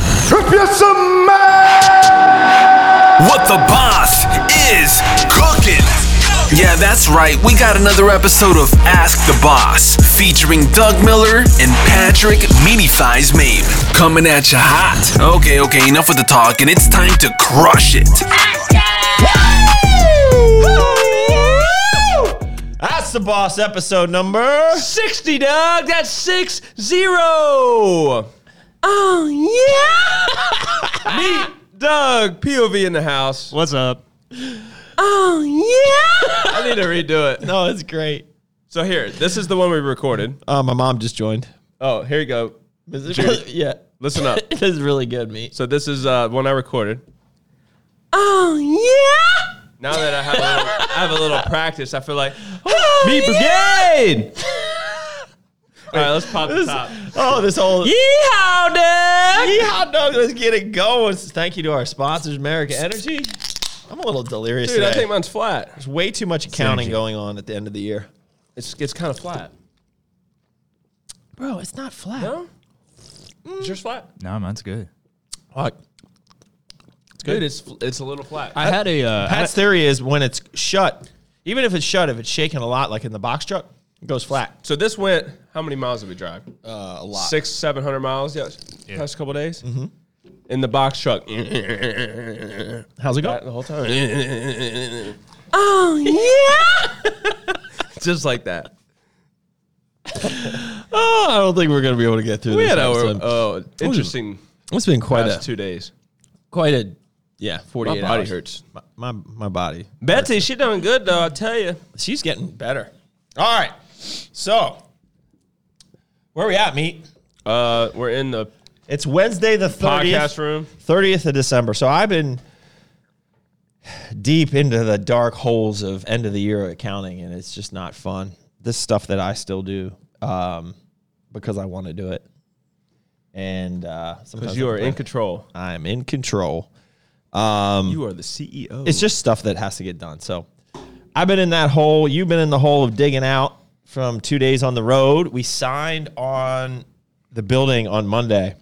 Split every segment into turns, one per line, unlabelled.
It's a man.
What the boss is cooking. Yeah, that's right. We got another episode of Ask the Boss featuring Doug Miller and Patrick Meatyfies Mabe coming at you hot. Okay, okay, enough with the talk, and it's time to crush it.
That's the boss episode number.
60, Doug. That's six zero. Oh, yeah. Me, Doug, POV in the house.
What's up?
Oh, yeah. I need to redo it.
No, it's great.
So, here, this is the one we recorded.
Uh, my mom just joined.
Oh, here you go.
yeah,
Listen up.
this is really good, meat.
So, this is uh, one I recorded.
Oh yeah!
Now that I have a little, I have a little practice, I feel like,
Meat brigade.
all right, let's pop the top.
Oh, this whole
Yeehaw, Doug!
yeehaw dog. Let's get it going. Thank you to our sponsors, America Energy. uh, I'm a little delirious
Dude, I
today.
think mine's flat.
There's way too much accounting going on at the end of the year.
It's, it's kind of flat.
Bro, it's not flat.
No? Is yours flat?
No, mine's good.
Fuck.
It's good. it's, it's a little flat.
I had a uh, I had-
Pat's theory is when it's shut, even if it's shut, if it's shaking a lot, like in the box truck, it goes flat.
So this went. How many miles did we drive?
Uh, a lot.
Six, seven hundred miles. Yeah, past couple days. In the box truck the
How's it going?
whole time,
Oh yeah!
just like that.
Oh, I don't think we're gonna be able to get through
We
this.
had our
episode.
oh, interesting
it's been quite
past
a
two days.
quite a yeah. Forty
My
eight
body
hours.
hurts.
My, my my body.
Betsy, she doing good though. I tell you.
She's getting better. All right. So where we at, meet?
Uh, we're in the
It's Wednesday the
podcast
thirtieth,
room.
thirtieth of December. So I've been deep into the dark holes of end of the year accounting, and it's just not fun. This stuff that I still do um, because I want to do it, and uh, sometimes
Because you
I'm
are in
like,
control.
I'm in control.
You are the E CEO.
it's just stuff that has to get done. So I've been in that hole. You've been in the hole of digging out from two days on the road. We signed on the building on Monday.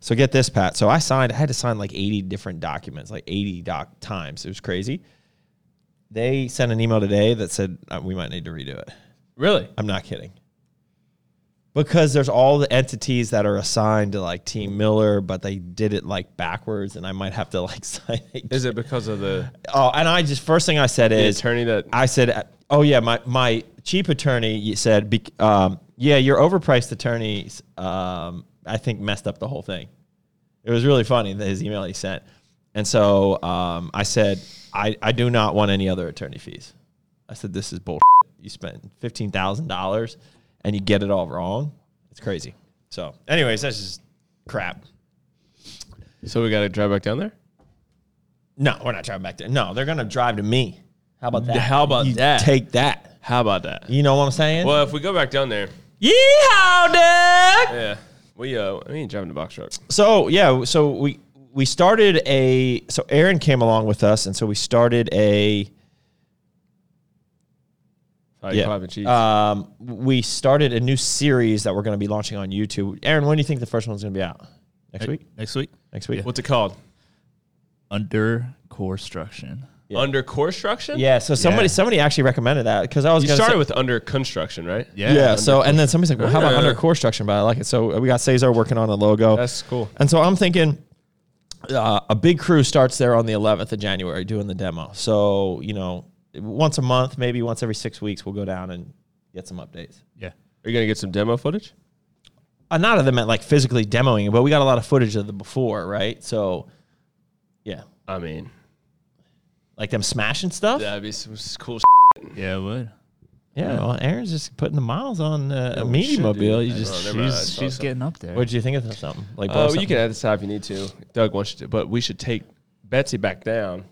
So get this, Pat. So I signed, I had to sign like 80 different documents, like 80 doc times. It was crazy. They sent an email today that said uh, we might need to redo it.
really.
I'm not kidding. Because there's all the entities that are assigned to like Team Miller, but they did it like backwards, and I might have to like sign it
Is it because of the
Oh, and I just first thing I said is
attorney that-
I said, oh yeah, my my cheap attorney you said, be- um, yeah, your overpriced attorneys, um, I think messed up the whole thing. It was really funny that his email he sent, and so um, I said, I I do not want any other attorney fees. I said this is bullshit. You spent fifteen thousand dollars and you get it all wrong. It's crazy. So, anyways, that's just crap.
So we got to drive back down there.
No, we're not driving back there. No, they're gonna drive to me. How about that?
How about
You
that?
Take that.
How about that?
You know what I'm saying?
Well, if we go back down there,
Yeehaw, Doug!
yeah, we uh, we ain't driving the box truck.
So yeah, so we we started a so Aaron came along with us, and so we started a
How Oh, you
yeah,
popping cheese?
um we started a new series that we're going to be launching on YouTube. Aaron, when do you think the first one's going to be out? Next week.
next week
Next week.
What's it called?
under construction.
Under construction?
Yeah. So somebody
Yeah.
somebody actually recommended that because I was
You
gonna
started
say-
with under construction, right?
Yeah.
yeah. So and then somebody's like, well, how about
Yeah.
under core structure? But I like it. So we got Cesar working on a logo.
That's cool.
And so I'm thinking uh, a big crew starts there on the 11th of January doing the demo. So, you know, once a month, maybe once every six weeks, we'll go down and get some updates.
Yeah,
Are you gonna get some demo footage?
Uh, not of them at like physically demoing, but we got a lot of footage of the before, right? So, yeah,
I mean,
like them smashing stuff. Yeah.
that'd be some s- cool. s***.
yeah, it would.
well, Aaron's just putting the miles on uh, a
we
media
should do
mobile.
that.
You
Oh,
just,
never mind.
She's she's getting up there.
what did you think of something? Like, blow
Uh, well, you
something?
can add this out if you need to. Doug wants you to, but we should take Betsy back down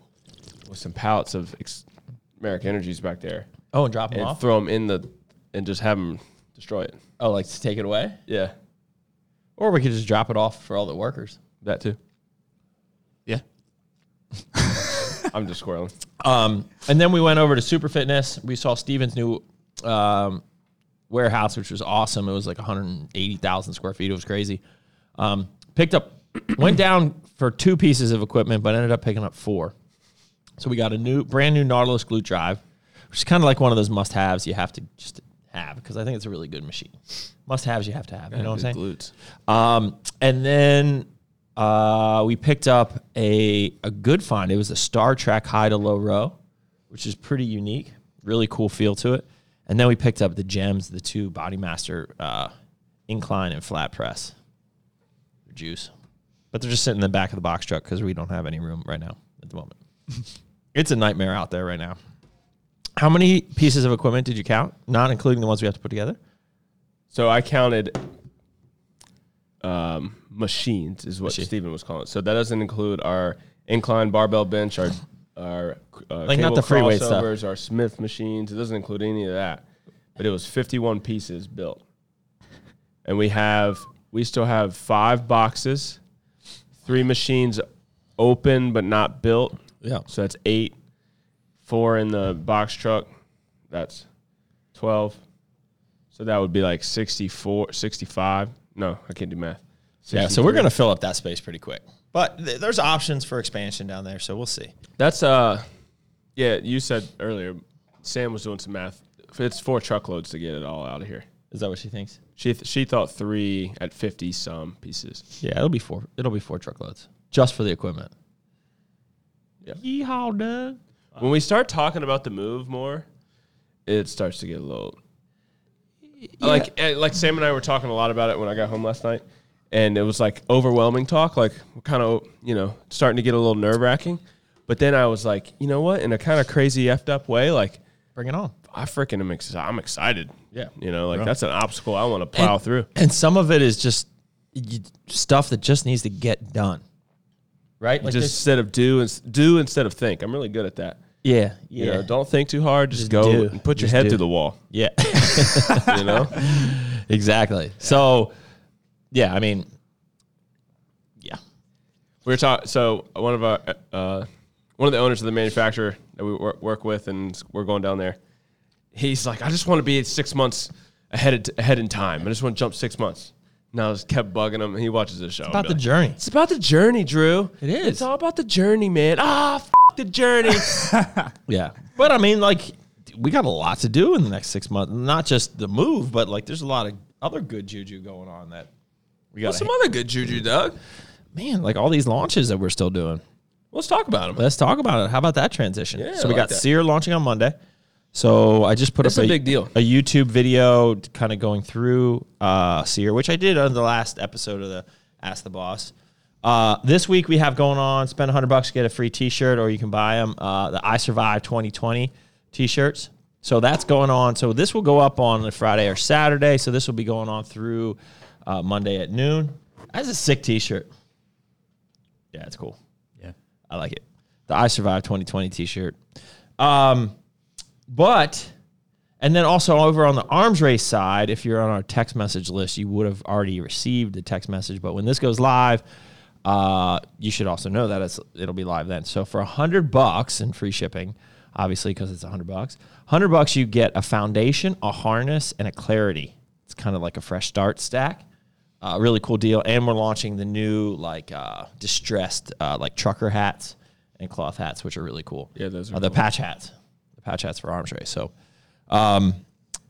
with some pallets of ex- American Energies back there
oh, and drop them
and
off.
throw them in the and just have them destroy it.
oh, like to take it away,
Yeah,
or we could just drop it off for all the workers.
that too.
yeah,
I'm just squirreling.
Um, and then we went over to Super Fitness. We saw Steven's new um, warehouse, which was awesome. It was like 180,000 square feet. It was crazy. Um, picked up, went down for two pieces of equipment, but ended up picking up four. So we got a new, brand new Nautilus glute drive, which is kind of like one of those must haves you have to just have because I think it's a really good machine. Must haves you have to have. You know what I'm saying?
Glutes.
Um, and then uh, we picked up a a good find. It was a Star Trek high to low row, which is pretty unique. Really cool feel to it. And then we picked up the gems, the two Bodymaster uh, incline and flat press They're juice, but they're just sitting in the back of the box truck because we don't have any room right now at the moment. it's a nightmare out there right now. How many pieces of equipment did you count? Not including the ones we have to put together.
So I counted um, machines is what Steven was calling. it. So that doesn't include our incline barbell bench, our our uh,
Like, not
cable
the free weight stuff.
crossovers, our Smith machines. It doesn't include any of that. But it was 51 pieces built, and we have we still have five boxes, three machines open but not built.
Yeah.
So that's eight, four in the box truck. That's 12. So that would be like 64, 65. No, I can't do math.
Yeah, so we're
63.
going to fill up that space pretty quick. But th- there's options for expansion down there, so we'll see.
That's, uh, yeah, you said earlier, Sam was doing some math. It's four truckloads to get it all out of here.
Is that what she thinks?
She, th- she thought three at 50 some pieces.
Yeah, it'll be four. It'll be four truckloads just for the equipment.
Yeah.
Yeehaw, Doug.
When we start talking about the move more, it starts to get a little. Like eh, like Sam and I were talking a lot about it when I got home last night, and it was like overwhelming talk. Like kind of you know starting to get a little nerve wracking, but then I was like, you know what? In a kind of crazy effed up way, like
Bring it on.
I freaking am excited. I'm excited.
Yeah.
you know, like that's an obstacle I want to plow through.
And some of it is just y stuff that just needs to get done. Right? Like
just
this-
instead of do and do instead of think. I'm really good at that.
yeah. Yeah.
You know, don't think too hard. Just,
Just
go
do.
and put your
Just
head
do.
through the wall.
yeah.
You know.
exactly. So, yeah, I mean, yeah.
We were talking. So one of our, uh, one of the owners of the manufacturer that we work, work with, and we're going down there. He's like, I just want to be six months ahead of, ahead in time. I just want to jump six months. And I just kept bugging him. And he watches the show. It's
About the journey.
It's about the journey, Drew. It
is.
It's all about the journey, man. Ah, f- the journey.
Yeah. But I mean, like, we got a lot to do in the next six months. Not just the move, but like, there's a lot of other good juju going on that we got.
What's some other good juju, Doug?
Man, like all these launches that we're still doing.
Let's talk about him.
Let's talk about it. How about that transition?
Yeah,
so we
I like
got
that.
Sear launching on Monday. So I just put
This
up
is a big deal.
a YouTube video kind of going through uh, Sear, which I did on the last episode of the Ask the Boss. Uh, this week we have going on spend 100 bucks get a free t-shirt or you can buy them uh, the I Survived 2020 t-shirts. So that's going on. So this will go up on a Friday or Saturday. So this will be going on through uh, Monday at noon. That's a sick t-shirt. Yeah, it's cool.
Yeah.
I like it. The I Survived 2020 t-shirt. Um, but and then also over on the arms race side, if you're on our text message list, you would have already received the text message. But when this goes live, uh, you should also know that it's, it'll be live then. So for a hundred bucks and free shipping, obviously because it's a hundred bucks, hundred bucks you get a foundation, a harness, and a clarity. It's kind of like a fresh start stack. Uh, really cool deal, and we're launching the new like uh, distressed uh, like trucker hats and cloth hats, which are really cool.
Yeah, those are
Uh, the patch hats, the patch hats for arms race. So um,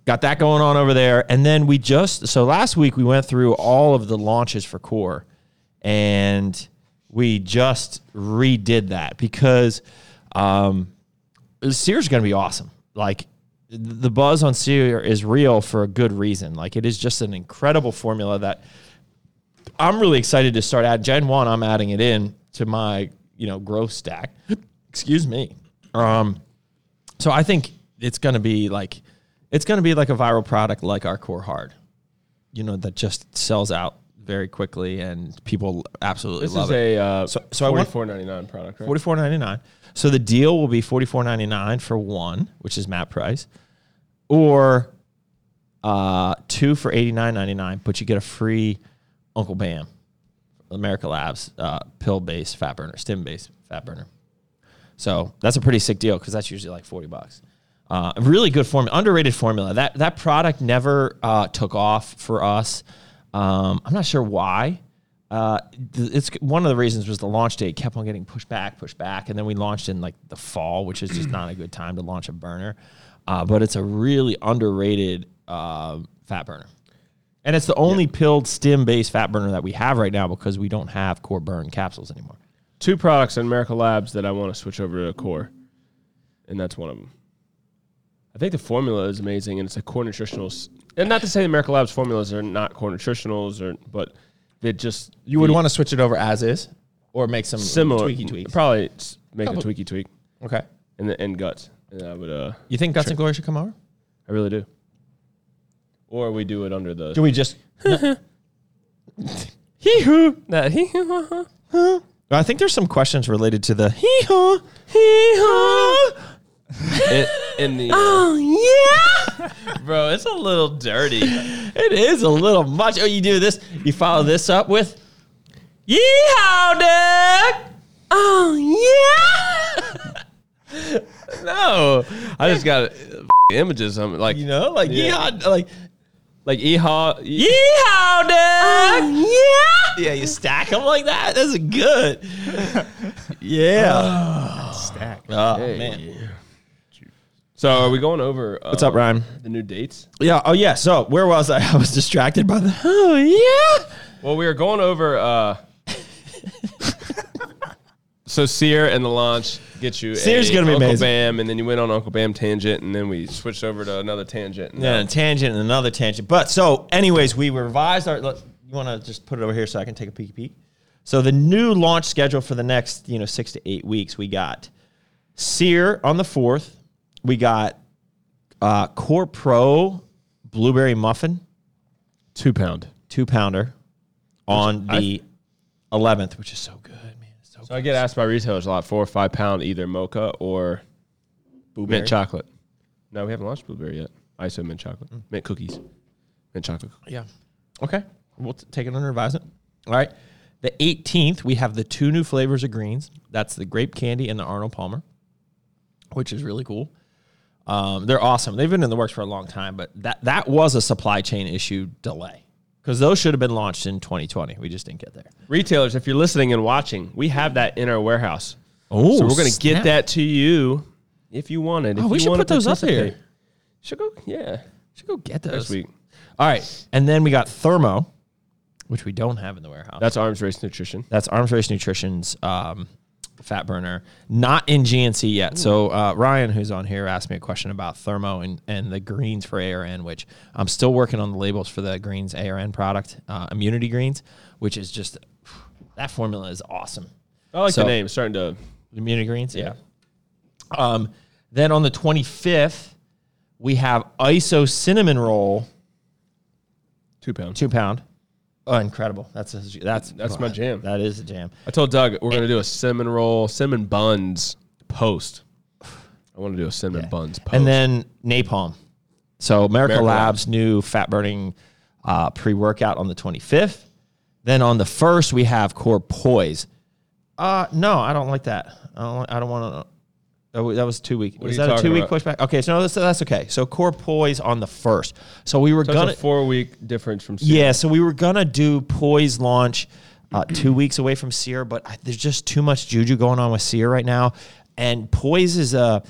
got that going on over there. And then we just, so last week we went through all of the launches for Core and we just redid that because um, Sears is going to be awesome. Like th- the buzz on Sear is real for a good reason. Like it is just an incredible formula that I'm really excited to start adding Gen One. I'm adding it in to my you know growth stack. Excuse me. Um, so I think it's gonna be like it's gonna be like a viral product like our core hard, you know, that just sells out very quickly and people absolutely
This
love
is
it.
a uh,
So-
so,
so I want-
forty-four ninety-nine product. Right?
Forty four ninety nine. So the deal will be forty four ninety nine for one, which is Matt Price, or uh, two for eighty nine ninety nine. But you get a free Uncle Bam, America Labs uh, pill based fat burner, stim based fat burner. So that's a pretty sick deal because that's usually like forty bucks. Uh, a really good formula, underrated formula. That that product never uh, took off for us. Um, I'm not sure why. Uh, th- it's one of the reasons was the launch date kept on getting pushed back, pushed back, and then we launched in like the fall, which is just not a good time to launch a burner. Uh, but it's a really underrated uh, fat burner, and it's the only pilled stem based fat burner that we have right now because we don't have core burn capsules anymore.
Two products in Miracle Labs that I want to switch over to Core, and that's one of them. I think the formula is amazing, and it's a core nutritionals. And not to say that Miracle Labs formulas are not core nutritionals, or but they just
You would want to switch it over as is, or make some
similar
tweaky tweaks.
Probably s- make a tweaky tweak
okay,
and the and guts. And I would uh,
you think Guts and Glory should come over?
I really do. Or we do it under the
Do we just?
hee hoo that hee hoo.
I think there's some questions related to the
in the uh,
Ah. Bro, it's a little dirty. it is a little much. Oh, you do this. You follow this up with
Yeehaw, Doug! Oh, yeah!
no, I just got uh, f- images. I'm like
you know like yeah.
Yeah.
like
like eha. e-
Yeehaw, Doug! yeah!
yeah you stack them like that. That's good. yeah.
Stack.
Oh man.
So are we going over uh,
What's up, Ryan?
the new dates?
Yeah. Oh yeah. So where was I? I was distracted by the. Oh yeah.
Well, we are going over. uh So Sear and the launch get you.
Sear's
a
gonna be
Uncle
amazing.
Bam, and then you went on Uncle Bam tangent, and then we switched over to another tangent. and
Yeah, and a tangent and another tangent. But so, anyways, we revised our. Look, you want to just put it over here so I can take a peek peek. So the new launch schedule for the next you know six to eight weeks, we got Sear on the fourth. We got uh, Core Pro Blueberry Muffin
Two pound.
two pounder on the eleventh, which is so good, man. It's so
So I get asked by retailers a lot: four or five pound, either mocha or mint chocolate. Mm. No, we haven't launched blueberry yet. ISO mint chocolate, mint cookies, mint chocolate. cookies.
Yeah. Okay. We'll t- take it under advisement. All right. The 18th, we have the two new flavors of greens. That's the grape candy and the Arnold Palmer, which is really cool. Um, they're awesome. They've been in the works for a long time, but that that was a supply chain issue delay because those should have been launched in 2020. We just didn't get there.
Retailers, if you're listening and watching, we have that in our warehouse.
Oh,
so we're gonna get that to you if you want it. If
Oh, we
you
should
wanna
put those up here.
participate. Should go, yeah,
Should go get those.
next week.
All right, and then we got Thermo, which we don't have in the warehouse.
That's Arms Race Nutrition.
That's Arms Race Nutrition's um, fat burner, not in GNC yet. So
Hmm.
uh, Ryan, who's on here, asked me a question about thermo and, and the greens for ARN, which I'm still working on the labels for the greens ARN product, uh, immunity greens, which is just that formula is awesome.
I like
So-
the name. It's starting to
Immunity greens, yeah. Um, then on the 25th, we have ISO cinnamon roll,
two pounds.
two pound. Oh, incredible! That's a, that's
That's my jam.
That is a jam.
I told Doug we're gonna do a cinnamon roll, cinnamon buns post. I want to do a cinnamon buns post.
And then napalm. So America,
America
Labs, new fat burning uh, pre workout on the 25th. Then on the first we have core poise. Uh no, I don't like that. I don't. I don't want to. That was two week.
are
Was
you
that a
talking
two week
about?
pushback? Okay, so no, that's, that's okay. So core poise on the first. So we were
That's
gonna
a four week difference from Sear.
yeah, so we were gonna do Poise launch uh, two weeks away from Sear, but I, there's just too much juju going on with Sear right now, and Poise is a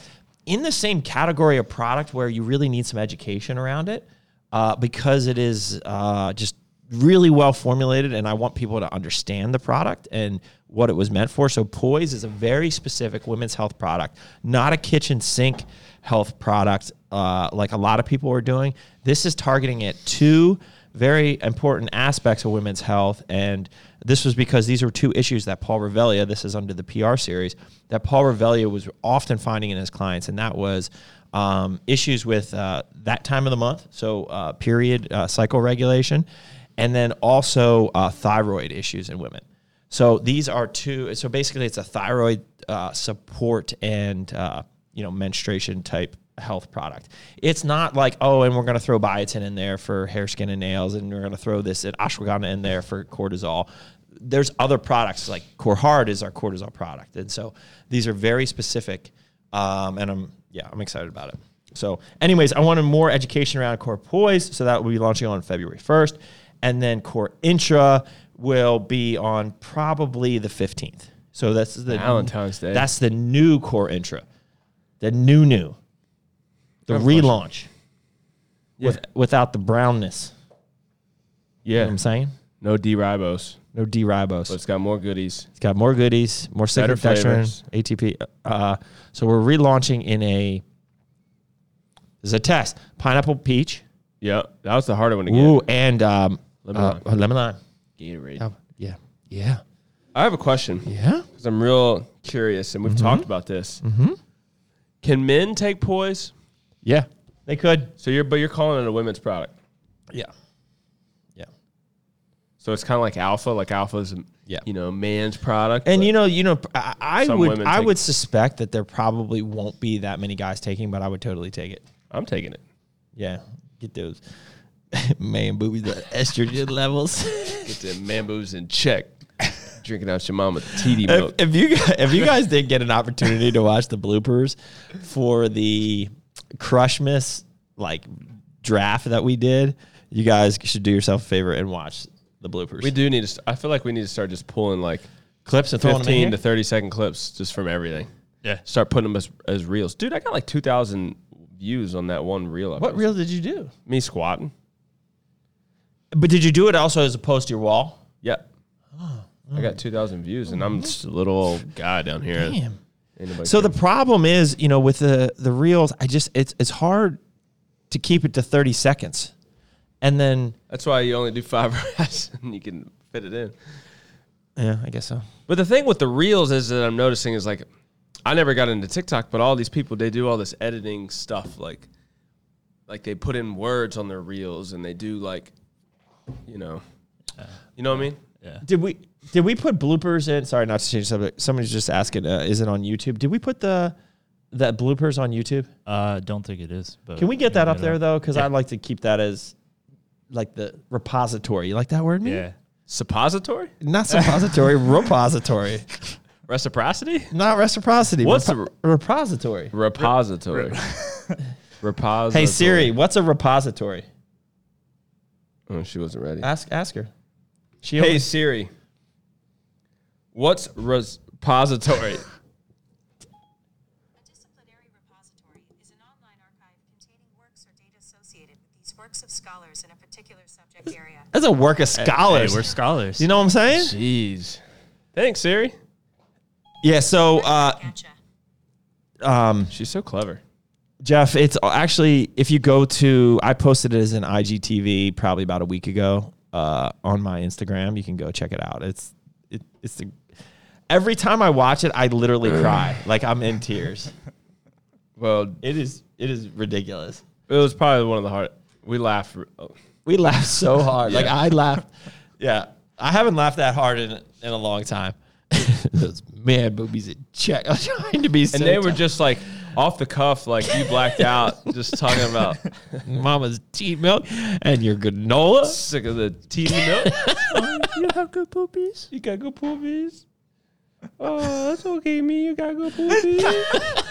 in the same category of product where you really need some education around it uh, because it is uh, just really well formulated, and I want people to understand the product and what it was meant for. So Poise is a very specific women's health product, not a kitchen sink health product uh, like a lot of people are doing. This is targeting at two very important aspects of women's health. And this was because these were two issues that Paul Revelia, this is under the PR series, that Paul Revelia was often finding in his clients. And that was um, issues with uh, that time of the month, so uh, period uh, cycle regulation, and then also uh, thyroid issues in women. So these are two. So basically, it's a thyroid uh, support and uh, you know menstruation type health product. It's not like oh, and we're going to throw biotin in there for hair, skin, and nails, and we're going to throw this and ashwagandha in there for cortisol. There's other products like Corhard is our cortisol product, and so these are very specific. Um, and I'm yeah, I'm excited about it. So, anyways, I wanted more education around Core Poise, so that will be launching on February 1st, and then Core Intra will be on probably the 15th. So that's the
Valentine's Day.
That's the new core intra. The new new. The relaunch. With without the brownness. You know what
Yeah.
I'm saying?
No D ribose,
No D ribose.
but it's got more goodies.
It's got more goodies, more
Better
cyclodextrin,
flavors.
ATP. Uh, so we're relaunching in a. There's a test: pineapple, peach,
Yeah. That was the harder one to get.
ooh, and um,
Lemon
uh, lemon lime.
Gatorade.
Oh, yeah, yeah,
I have a question.
yeah. Mm-hmm.
because I'm real curious, and we've talked about this. Can men take poise?
Yeah, they could.
So you're, but you're calling it a women's product.
Yeah, yeah.
So it's kind of like alpha, like alpha is,
Yeah.
you know, man's product.
And
but-
you know, you know, I, I
Some
would,
women
I
take-
would suspect that there probably won't be that many guys taking, but I would totally take it.
I'm taking it.
Yeah, get those man boobies, the estrogen levels.
Get the mamboos in check. Drinking out your mama TD
if,
milk.
if you gu- if you guys did get an opportunity to watch the bloopers for the Crushmas like draft that we did, you guys should do yourself a favor and watch the bloopers.
we do need to. st- I feel like we need to start just pulling like
clips and throwing them in
15
here?
to 30 second clips just from everything.
Yeah.
Start putting them as, as reels, dude. I got like 2,000 views on that one reel. I
What
posted.
reel did you do?
Me squatting.
But did you do it also as opposed to your wall?
Yep.
Oh,
I got 2,000 views, and I'm just a little old guy down here.
Damn.
Anybody
So the problem is, you know, with the the reels, I just it's it's hard to keep it to 30 seconds. And then
That's why you only do five reps and you can fit it in.
yeah, I guess so.
But the thing with the reels is that I'm noticing is like, I never got into TikTok, but all these people they do all this editing stuff, like, like they put in words on their reels and they do like, you know, you know what I mean?
Did we did we put bloopers in? Sorry, not to change the subject. Somebody's just asking, uh, is it on YouTube? Did we put the the bloopers on YouTube?
Uh, don't think it is. But
Can we get that up there
Though?
though? Because I'd like to keep that as like the repository. You like that word? Mean?
Yeah.
Suppository,
Not suppository, repository.
reciprocity,
Not reciprocity.
What's
repo- repository?
repository, repository.
Hey Siri, what's a repository?
Oh, she wasn't ready.
Ask ask her. She
Hey
always-
Siri, what's repository?
A disciplinary repository is an online archive containing works or data associated with these works of scholars in a particular subject area.
that's a work of
Hey,
scholars.
we're scholars.
you know what I'm saying?
Jeez. Thanks, Siri.
Yeah. So uh, um,
Gotcha.
She's so clever.
Jeff, it's actually if you go to I posted it as an IGTV probably about a week ago uh, on my Instagram. You can go check it out. It's it, it's the, every time I watch it, I literally cry like I'm in tears.
Well,
It is it is ridiculous.
it was probably one of the hard. We laughed. oh,
We laughed so hard. Like I laughed. Yeah, I haven't laughed that hard in in a long time. Those man boobies in check. I'm trying to be.
And they were just like off the cuff, like you blacked out, just talking about
mama's tea milk and your granola.
sick of the TV milk.
you have good poopies.
You got good poopies. Oh, that's okay, me. You got good poopies.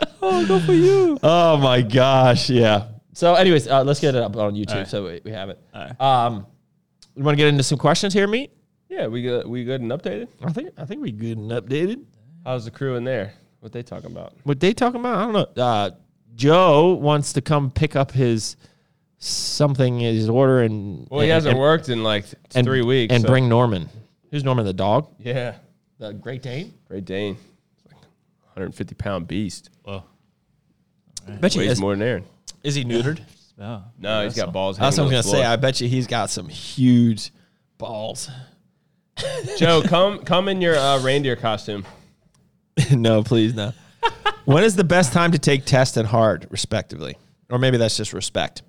Oh my gosh, yeah. So, anyways, uh, let's get it up on YouTube
right.
so we, we have it.
right.
Um, you want to get into some questions here, meet?
yeah, we good. We good and updated.
I think I think we good and updated.
How's the crew in there? What they talking about?
What they talking about? I don't know. Uh, Joe wants to come pick up his something his order and
Well, he
and-
hasn't
and-
worked in like th-
and-
three weeks.
and
so-
bring Norman. Who's Norman the dog?
yeah,
The Great Dane.
Great Dane, It's like 150 pound beast.
Well,
Bet you
Weighs
is,
more than Aaron.
is he neutered?
oh,
No, he's got balls.
That's what I'm
hanging
gonna
off the
say.
floor.
I bet you he's got some huge balls.
Joe, come come in your uh, reindeer costume.
no, please no. when is the best time to take test and hard, respectively? Or maybe that's just respect.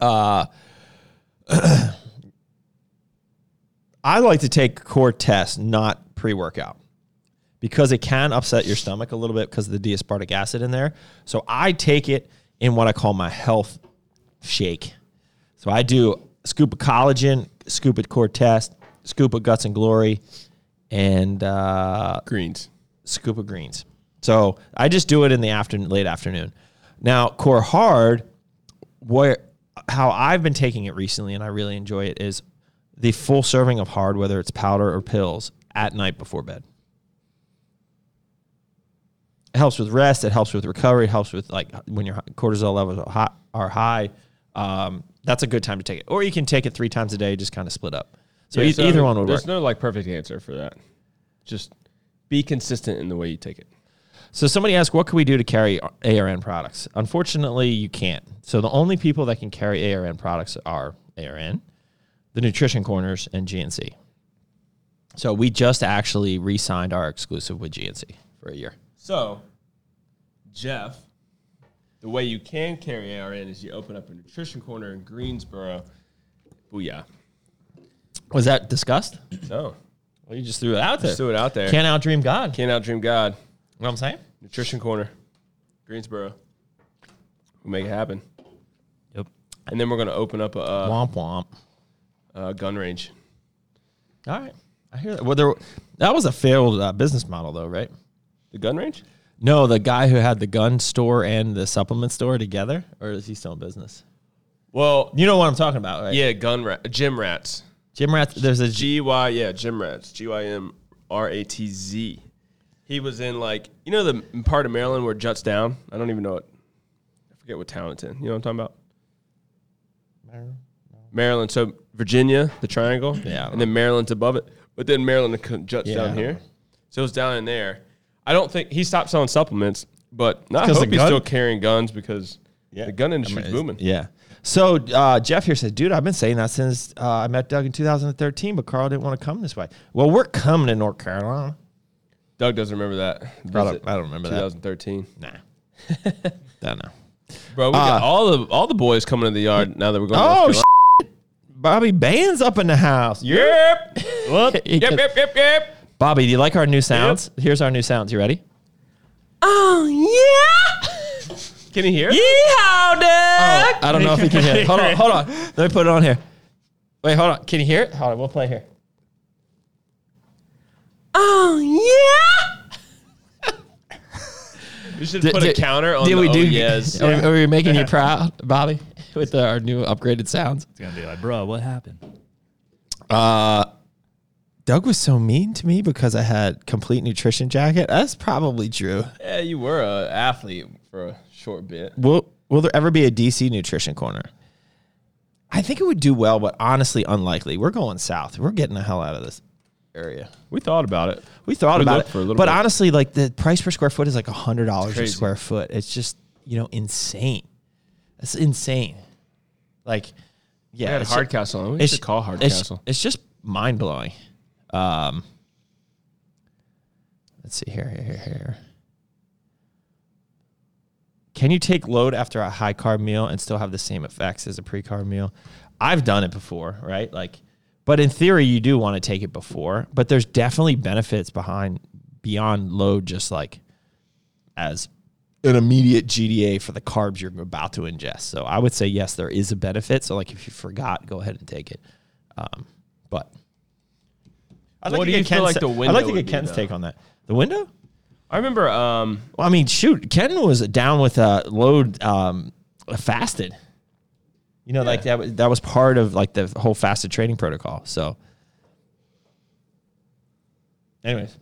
Uh, I like to take core test, not pre workout, because it can upset your stomach a little bit because of the diaspartic acid in there. So I take it in what I call my health shake. So I do scoop of collagen, scoop of core test, scoop of guts and glory, and uh,
Greens.
scoop of greens. So I just do it in the afternoon, late afternoon. Now core hard, where how I've been taking it recently, and I really enjoy it is the full serving of hard, whether it's powder or pills, at night before bed. It helps with rest. It helps with recovery. It helps with like when your cortisol levels are high. Are high um, that's a good time to take it. Or you can take it three times a day, just kind of split up. So,
Yeah,
e-
so
either one would work.
There's no like perfect answer for that. Just be consistent in the way you take it.
So somebody asked, what can we do to carry ARN products? Unfortunately, you can't. So the only people that can carry ARN products are ARN, the nutrition corners, and GNC. So we just actually re-signed our exclusive with GNC for a year.
So, Jeff, the way you can carry ARN is you open up a nutrition corner in Greensboro. Booyah.
Was that discussed?
So,
Well, you just threw it out there.
just threw it out there.
Can't outdream God. You
Can't outdream God.
know what I'm saying?
Nutrition corner, Greensboro. We make it happen.
Yep.
And then we're going to open up a,
Womp womp.
a, a gun range.
All right. I hear that. Well, there, that was a failed uh, business model, though, right?
The gun range?
No, the guy who had the gun store and the supplement store together, or is he still in business?
Well,
You know what I'm talking about, right?
yeah, gun rat, gym rats.
Jim Rats. There's a G.
G Y yeah, gym rats. G Y M R A T Z. He was in like you know the m- part of Maryland where it juts down. I don't even know it. I forget what town it's in. You know what I'm talking about? Maryland. So Virginia, the triangle.
Yeah, I
And then Maryland's above it. But then Maryland c- juts
Uh-huh. Yeah, I
down
don't
here. So it's down in there. I don't think he stopped selling supplements, but not
'cause
hope
the
he's
gun-
still carrying guns because the gun industry's booming.
Yeah. So uh, Jeff here said, "Dude, I've been saying that since uh, I met Doug in 2013, but Carl didn't want to come this way. Well, we're coming to North Carolina.
Doug doesn't remember that.
don't-
visit,
I don't remember that.
2013.
Nah, don't know.
Bro, we got all the all the boys coming to the yard now that we're going. to North
Ah. Oh,
Carolina.
shit. Bobby Band's up in the house.
Yep.
Whoop.
Yep, yep, yep, yep.
Bobby, do you like our new sounds? Here's our new sounds. You ready?
Oh, yeah.
Can you hear? it?
Yeehaw, Doug.
Oh, I don't know if you can hear. it. Hold on, hold on. Let me put it on here. Wait, hold on. Can you hear it? Hold on, we'll play here.
Oh, yeah.
You should
Did-
put a
did-
counter on
did
the
we
oh,
do?
yes.
Are, we- are we making you proud, Bobby, with our new upgraded sounds?
It's gonna be like, bro, what happened?
Doug was so mean to me because I had complete nutrition jacket. That's probably true.
Yeah, you were an athlete for a short bit.
Will Will there ever be a DC nutrition corner? I think it would do well, but honestly, unlikely. We're going south. We're getting the hell out of this area.
We thought about it.
We thought
We
about
looked
it,
for a little
but
bit.
honestly, like the price per square foot is like hundred dollars a
crazy.
square foot. It's just you know insane. It's insane. Like, yeah,
We had
it's-
Hardcastle. on. We should call Hardcastle.
It's, it's just mind blowing. Um, let's see here, here, here, here. Can you take load after a high carb meal and still have the same effects as a pre carb meal? I've done it before, right? Like, but in theory, you do want to take it before. But there's definitely benefits behind beyond load, just like as an immediate GDA for the carbs you're about to ingest. So I would say yes, there is a benefit. So like if you forgot, go ahead and take it. Um, but I'd
What do you feel like the
I'd
window
like to
would
get
be,
Ken's
though?
take on that. The window?
I remember. Um,
Well, I mean, shoot, Ken was down with uh, load um, fasted. You know, like that. wa- That was part of like the whole fasted training protocol. So, anyways,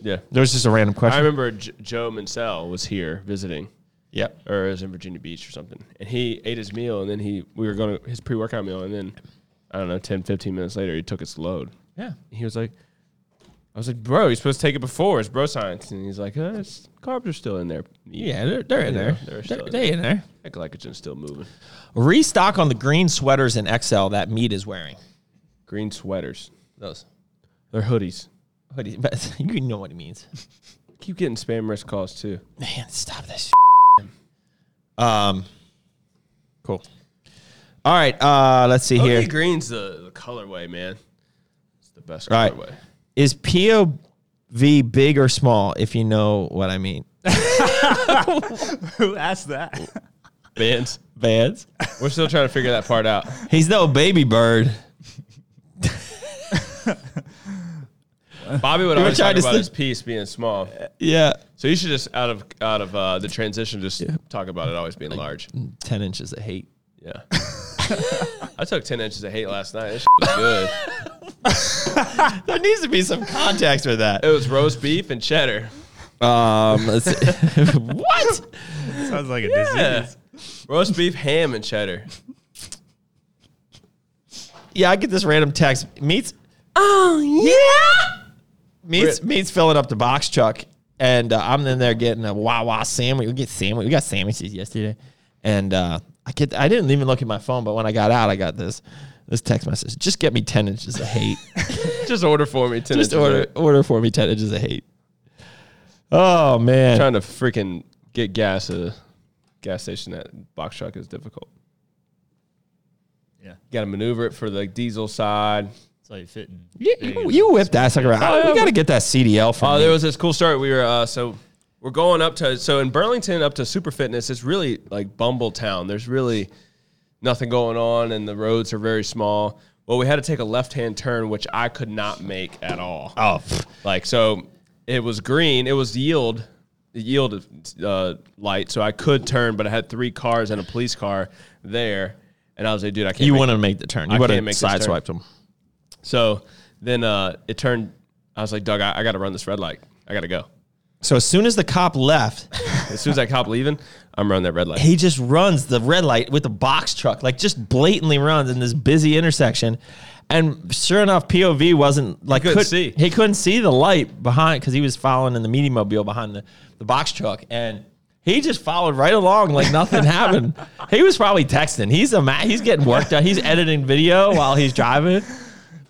yeah,
there was just a random
I
question.
remember J- Joe Mansell was here visiting,
yep.
or it was in Virginia Beach or something, and he ate his meal, and then he we were going to his pre workout meal, and then I don't know, 10, 15 minutes later, he took its load.
Yeah.
he was like, I was like, bro, you're supposed to take it before. It's bro science. And he's like, uh, it's, carbs are still in there.
Yeah, they're, they're in
Yeah,
there.
they're
They're,
still in
they're in there.
That glycogen's still moving.
Restock on the green sweaters in XL that Meat is wearing.
Green sweaters.
Those
They're hoodies.
hoodies, but you know what he means.
Keep getting spam risk calls too.
Man, stop this. um, cool. All right, uh, let's see here.
Here. Oh, green's the, the colorway, man. It's the best
Right.
colorway.
Is POV big or small? If you know what I mean.
Who asked that?
Bands.
Vans.
We're still trying to figure that part out.
He's no baby bird.
Bobby would
were
always talk
trying to
about
sleep-
his piece being small.
Yeah,
So you should just out of out of uh, the transition, just talk about it always being large.
ten inches of hate.
Yeah. I took ten inches of hate last night. This was good.
There needs to be some context with that.
It was roast beef and cheddar.
Um, let's see. what?
Sounds like a
Yeah. roast beef, ham, and cheddar.
Yeah, I get this random text. Meets
Oh yeah!
meets
Re-
meets filling up the box truck, and uh, I'm in there getting a Wawa sandwich. We get sandwich. We got sandwiches yesterday, and uh, I get. I didn't even look at my phone, but when I got out, I got this this text message. Just get me ten inches of hate.
Just order for me ten
Just
inches. of
order
it.
order for me ten inches of hate. Oh man,
Trying to freaking get gas at a gas station at box truck is difficult.
Yeah.
Got to maneuver it for the diesel side.
It's like fitting.
you, you, you whipped that sucker around.
Oh, yeah.
we got to get that CDL from.
Oh,
you.
there was this cool story. We were uh, so we're going up to so in Burlington up to Super Fitness. It's really like Bumble Town. There's really nothing going on, and the roads are very small. Well, we had to take a left hand turn, which I could not make at all.
Oh, pff.
Like so, it was green. It was yield, the yield uh, light. So I could turn, but I had three cars and a police car there, and I was like, dude, I can't.
you
make
want to make the turn.
I
You would have
can't make this turn.
sideswiped him.
So then uh, it turned. I was like, Doug, I, I got to run this red light. I got to go.
So as soon as the cop left,
As soon as I cop leaving, I'm running that red light.
he just runs the red light with the box truck, like just blatantly runs in this busy intersection. And sure enough, POV wasn't like
couldn't see.
He couldn't see the light behind because he was following in the media mobile behind the, the box truck, and he just followed right along like nothing happened. He was probably texting. He's a ma- he's getting worked out. He's editing video while he's driving.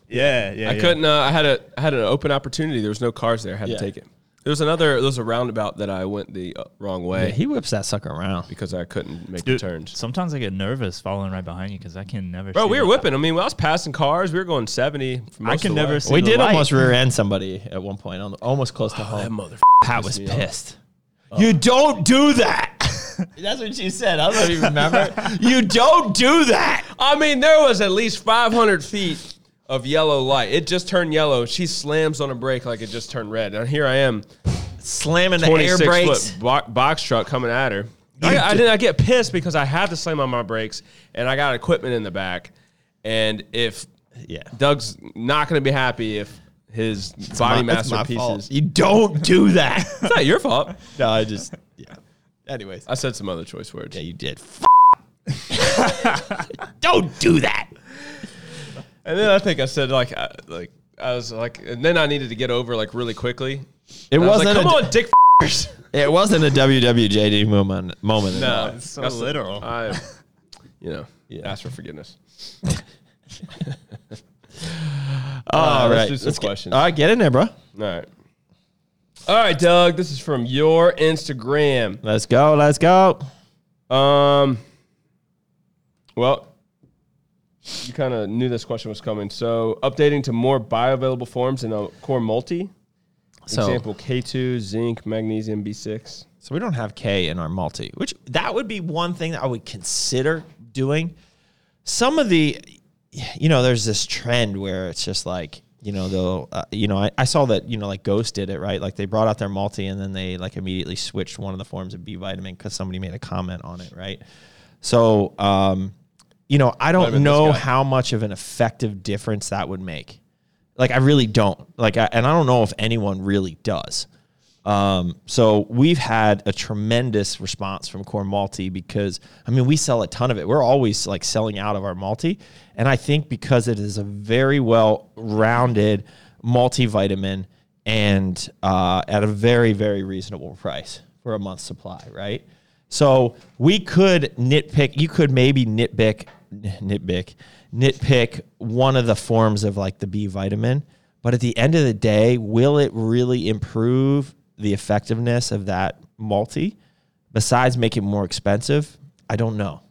Yeah, yeah.
I couldn't. Uh, I had a I had an open opportunity. There was no cars there. I had
Yeah.
to take it. There was another. There was a roundabout that I went the uh, wrong way
He whips that sucker around.
because I couldn't make the turns.
Sometimes I get nervous following right behind you because I can never.
Bro,
see
we were
the-
whipping. I mean, when I was passing cars. We were going seventy. for
I
most
can
of the
never
way.
see.
We
the
did
light.
almost rear end somebody at one point, on- almost close to home.
That mother.
Pat was pissed. You don't do that. That's what she said. I don't even remember. you don't do that.
I mean, there was at least five hundred feet of yellow light. It just turned yellow. She slams on a brake like it just turned red. And here I am,
Slamming the air
twenty six
brakes.
foot bo- box truck coming at her. I, I did. I get pissed because I had to slam on my brakes, and I got equipment in the back. And if
Yeah.
Doug's not going to be happy if his body masterpieces.
You don't do that.
It's not your fault.
no, I just yeah. Anyways.
I said some other choice words.
Yeah, you did. F- don't do that.
And then I think I said like I, like I was like, and then I needed to get over like really quickly.
It
And I was like,
wasn't
come
a,
on, dick. F-ers.
it wasn't a WWJD moment moment. at all.
No,
It's so
that's-
literal.
I, you know, ask for forgiveness.
all
let's
right.
do some
get-
questions.
all right, get in there, bro.
All right. All right, Doug. This is from your Instagram.
Let's go. Let's go.
Um. Well, you kind of knew this question was coming. So, updating to more bioavailable forms in a core multi.
So,
Example K2, zinc, magnesium, B6.
So we don't have K in our multi, which that would be one thing that I would consider doing. Some of the, you know, there's this trend where it's just like, you know, they'll, uh, you know, I, I saw that, you know, like Ghost did it, right? Like they brought out their multi and then they like immediately switched one of the forms of B vitamin because somebody made a comment on it, right? So, um, you know, I
Might've
don't
been this
know
guy.
how much of an effective difference that would make. Like, I really don't. Like, I, and I don't know if anyone really does. Um, so we've had a tremendous response from Core Malty because I mean we sell a ton of it. We're always like selling out of our multi, and I think because it is a very well rounded multivitamin and uh, at a very very reasonable price for a month's supply, right? So we could nitpick. You could maybe nitpick, nitpick, nitpick one of the forms of like the B vitamin. But at the end of the day, will it really improve the effectiveness of that multi? Besides make it more expensive, I don't know.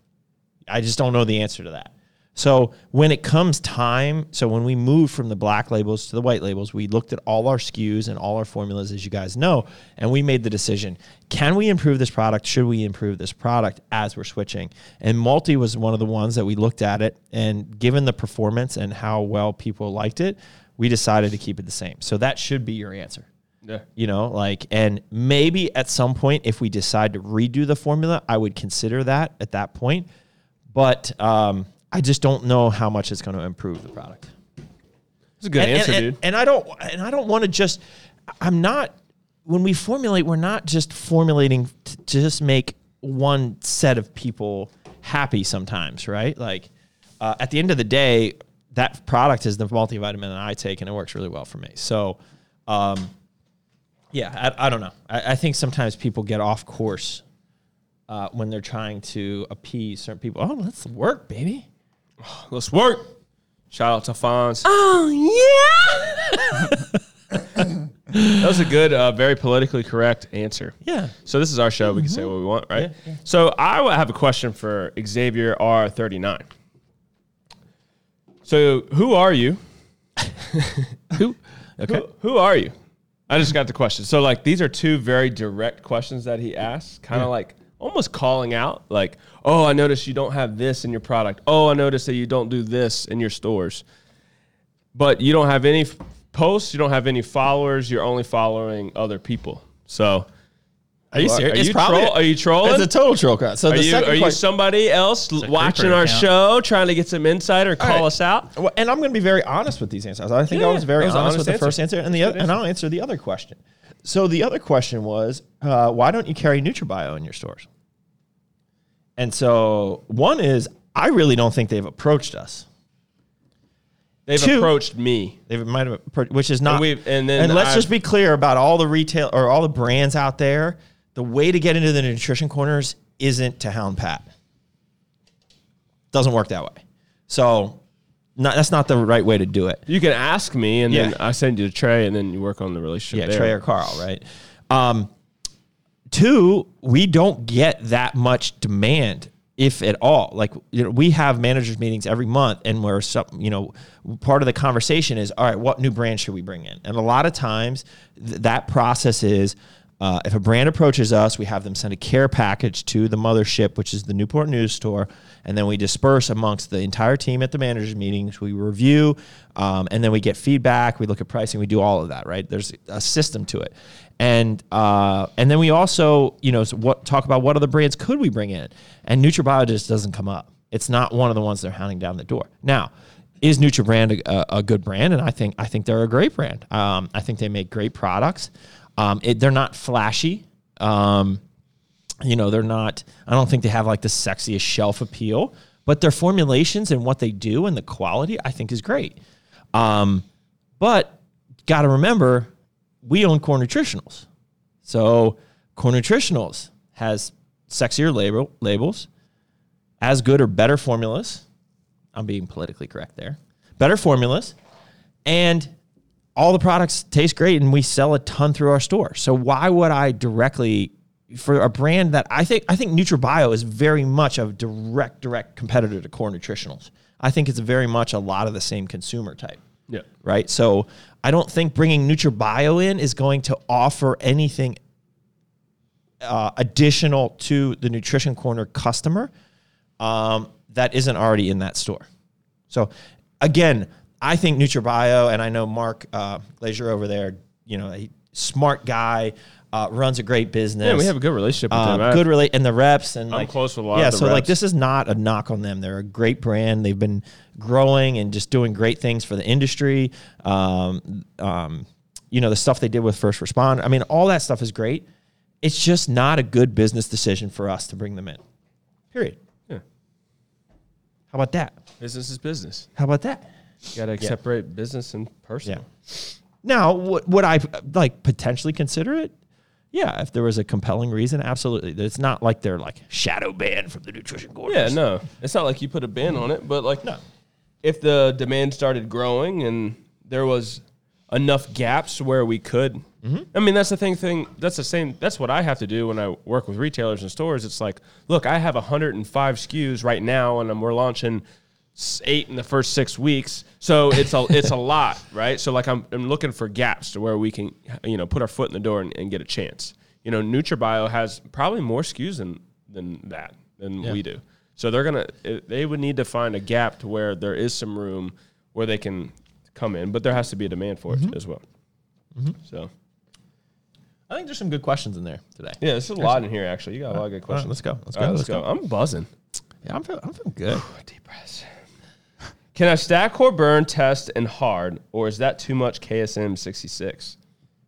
I just don't know the answer to that. So when it comes time, so when we moved from the black labels to the white labels, we looked at all our SKUs and all our formulas, as you guys know, and we made the decision: can we improve this product? Should we improve this product as we're switching? And multi was one of the ones that we looked at it, and given the performance and how well people liked it, we decided to keep it the same. So that should be your answer
Yeah.
you know like and maybe at some point if we decide to redo the formula i would consider that at that point but um, I just don't know how much it's going to improve the product.
That's a good
and, and-
answer,
and-
dude.
and I don't and I don't want to just I'm not when we formulate we're not just formulating t- to just make one set of people happy sometimes, right? Like uh, at the end of the day, that product is the multivitamin that I take and it works really well for me. So um, yeah, I, I don't know. I, I think sometimes people get off course uh, when they're trying to appease certain people. Oh, let's work, baby.
Let's work. Shout out to Fonz.
Oh, yeah.
That was a good, uh, very politically correct answer.
Yeah.
So this is our show. We can say what we want, right? So I would have a question for Xavier R thirty nine. So who are you? who? Okay. Who, are you? I just got the question. So like these are two very direct questions that he asked, kind of like almost calling out, like, "Oh, I noticed you don't have this in your product. Oh, I noticed that you don't do this in your stores." But you don't have any f- posts. You don't have any followers. You're only following other people. So
Are you
Are-
serious?
Are
It's
you,
probably-
troll- are you trolling?
It's a total troll crowd. So
are
the
you,
second
are you
question-
somebody else
a
watching
creeper
our
account.
show trying to get some insight or call
right.
us out?
Well, and I'm going to be very honest with these answers. I think
Yeah,
I was very
that was an
honest,
honest
with the
answer.
first answer, and the other, and I'll answer the other question. So the other question was, uh, why don't you carry NutriBio in your stores? And so one is, I really don't think they've approached us.
They've
Two.
approached me.
They might have, appro- which is not.
And
And,
we've- and then
let's
I've-
just be clear about all the retail or all the brands out there. The way to get into the nutrition corners isn't to hound Pat. Doesn't work that way. So, not, that's not the right way to do it.
You can ask me, and then
Yeah.
I send you to Trey, and then you work on the relationship.
Yeah,
there.
Trey or Carl, right? Um, two, we don't get that much demand, if at all. Like you know, we have managers meetings every month, and where some, you know, part of the conversation is, all right, what new brand should we bring in? And a lot of times, th- that process is. Uh, if a brand approaches us, we have them send a care package to the mothership, which is the Newport News store, and then we disperse amongst the entire team at the managers' meetings. We review, um, and then we get feedback. We look at pricing. We do all of that. Right? There's a system to it, and uh, and then we also, you know, so what talk about what other brands could we bring in, and NutriBio just doesn't come up. It's not one of the ones they're hounding down the door now is NutriBrand a, a, a good brand? And I think I think they're a great brand. Um, I think they make great products. Um, it, they're not flashy. Um, you know, they're not. I don't think they have like the sexiest shelf appeal, but their formulations and what they do and the quality, I think, is great. Um, but got to remember, we own Core Nutritionals, so Core Nutritionals has sexier label labels, as good or better formulas. I'm being politically correct there. Better formulas, and all the products taste great, and we sell a ton through our store. So why would I directly for a brand that I think I think NutriBio is very much a direct direct competitor to Core Nutritionals. I think it's very much a lot of the same consumer type
Yeah.
right? So I don't think bringing NutriBio in is going to offer anything uh, additional to the nutrition corner customer um, that isn't already in that store. So again, I think NutriBio, and I know Mark uh, Glazier over there, you know, a smart guy, uh, runs a great business.
Yeah, we have a good relationship with
Uh,
them. I-
good relate and the reps and
I'm
like,
close with a lot
Yeah,
of the
so like
reps.
this is not a knock on them. They're a great brand. They've been growing and just doing great things for the industry. Um, um, you know the stuff they did with first responder. I mean, all that stuff is great. It's just not a good business decision for us to bring them in. Period.
Yeah.
How about that?
Business is business.
How about that?
You gotta separate business and personal.
Now, w- would I like potentially consider it? Yeah, if there was a compelling reason, absolutely. It's not like they're like shadow banned from the nutrition corners.
Yeah, no, it's not like you put a ban on it, but like, if the demand started growing and there was enough gaps where we could, I mean, that's the thing. Thing that's the same. That's what I have to do when I work with retailers and stores. It's like, look, I have 105 SKUs right now, and i we're launching s- eight in the first six weeks, so it's a it's a lot, right? So like, I'm I'm looking for gaps to where we can, you know, put our foot in the door and, and get a chance. You know, NutriBio has probably more SKUs than than that than we do. So they're gonna it- they would need to find a gap to where there is some room where they can come in, but there has to be a demand for
Mm-hmm.
it as well. So
I think there's some good questions in there today.
yeah, there's a lot in here actually. You got a lot of good
All right,
questions.
let's go. Let's
All right,
go.
let's go. I'm buzzing.
Yeah, I'm feeling, I'm feeling good.
Deep breath. Can I stack or burn test and hard, or is that too much KSM 66?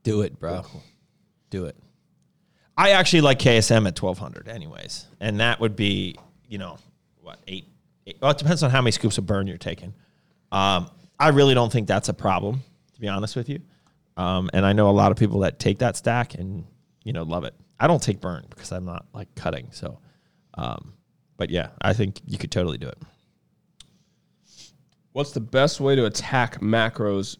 Do it, bro. Do it. I actually like KSM at 1200 anyways. And that would be, you know, what, eight? eight well, it depends on how many scoops of burn you're taking. Um, I really don't think that's a problem, to be honest with you. Um, and I know a lot of people that take that stack and, you know, love it. I don't take burn because I'm not like cutting. So, um, but yeah, I think you could totally do it.
What's the best way to attack macros?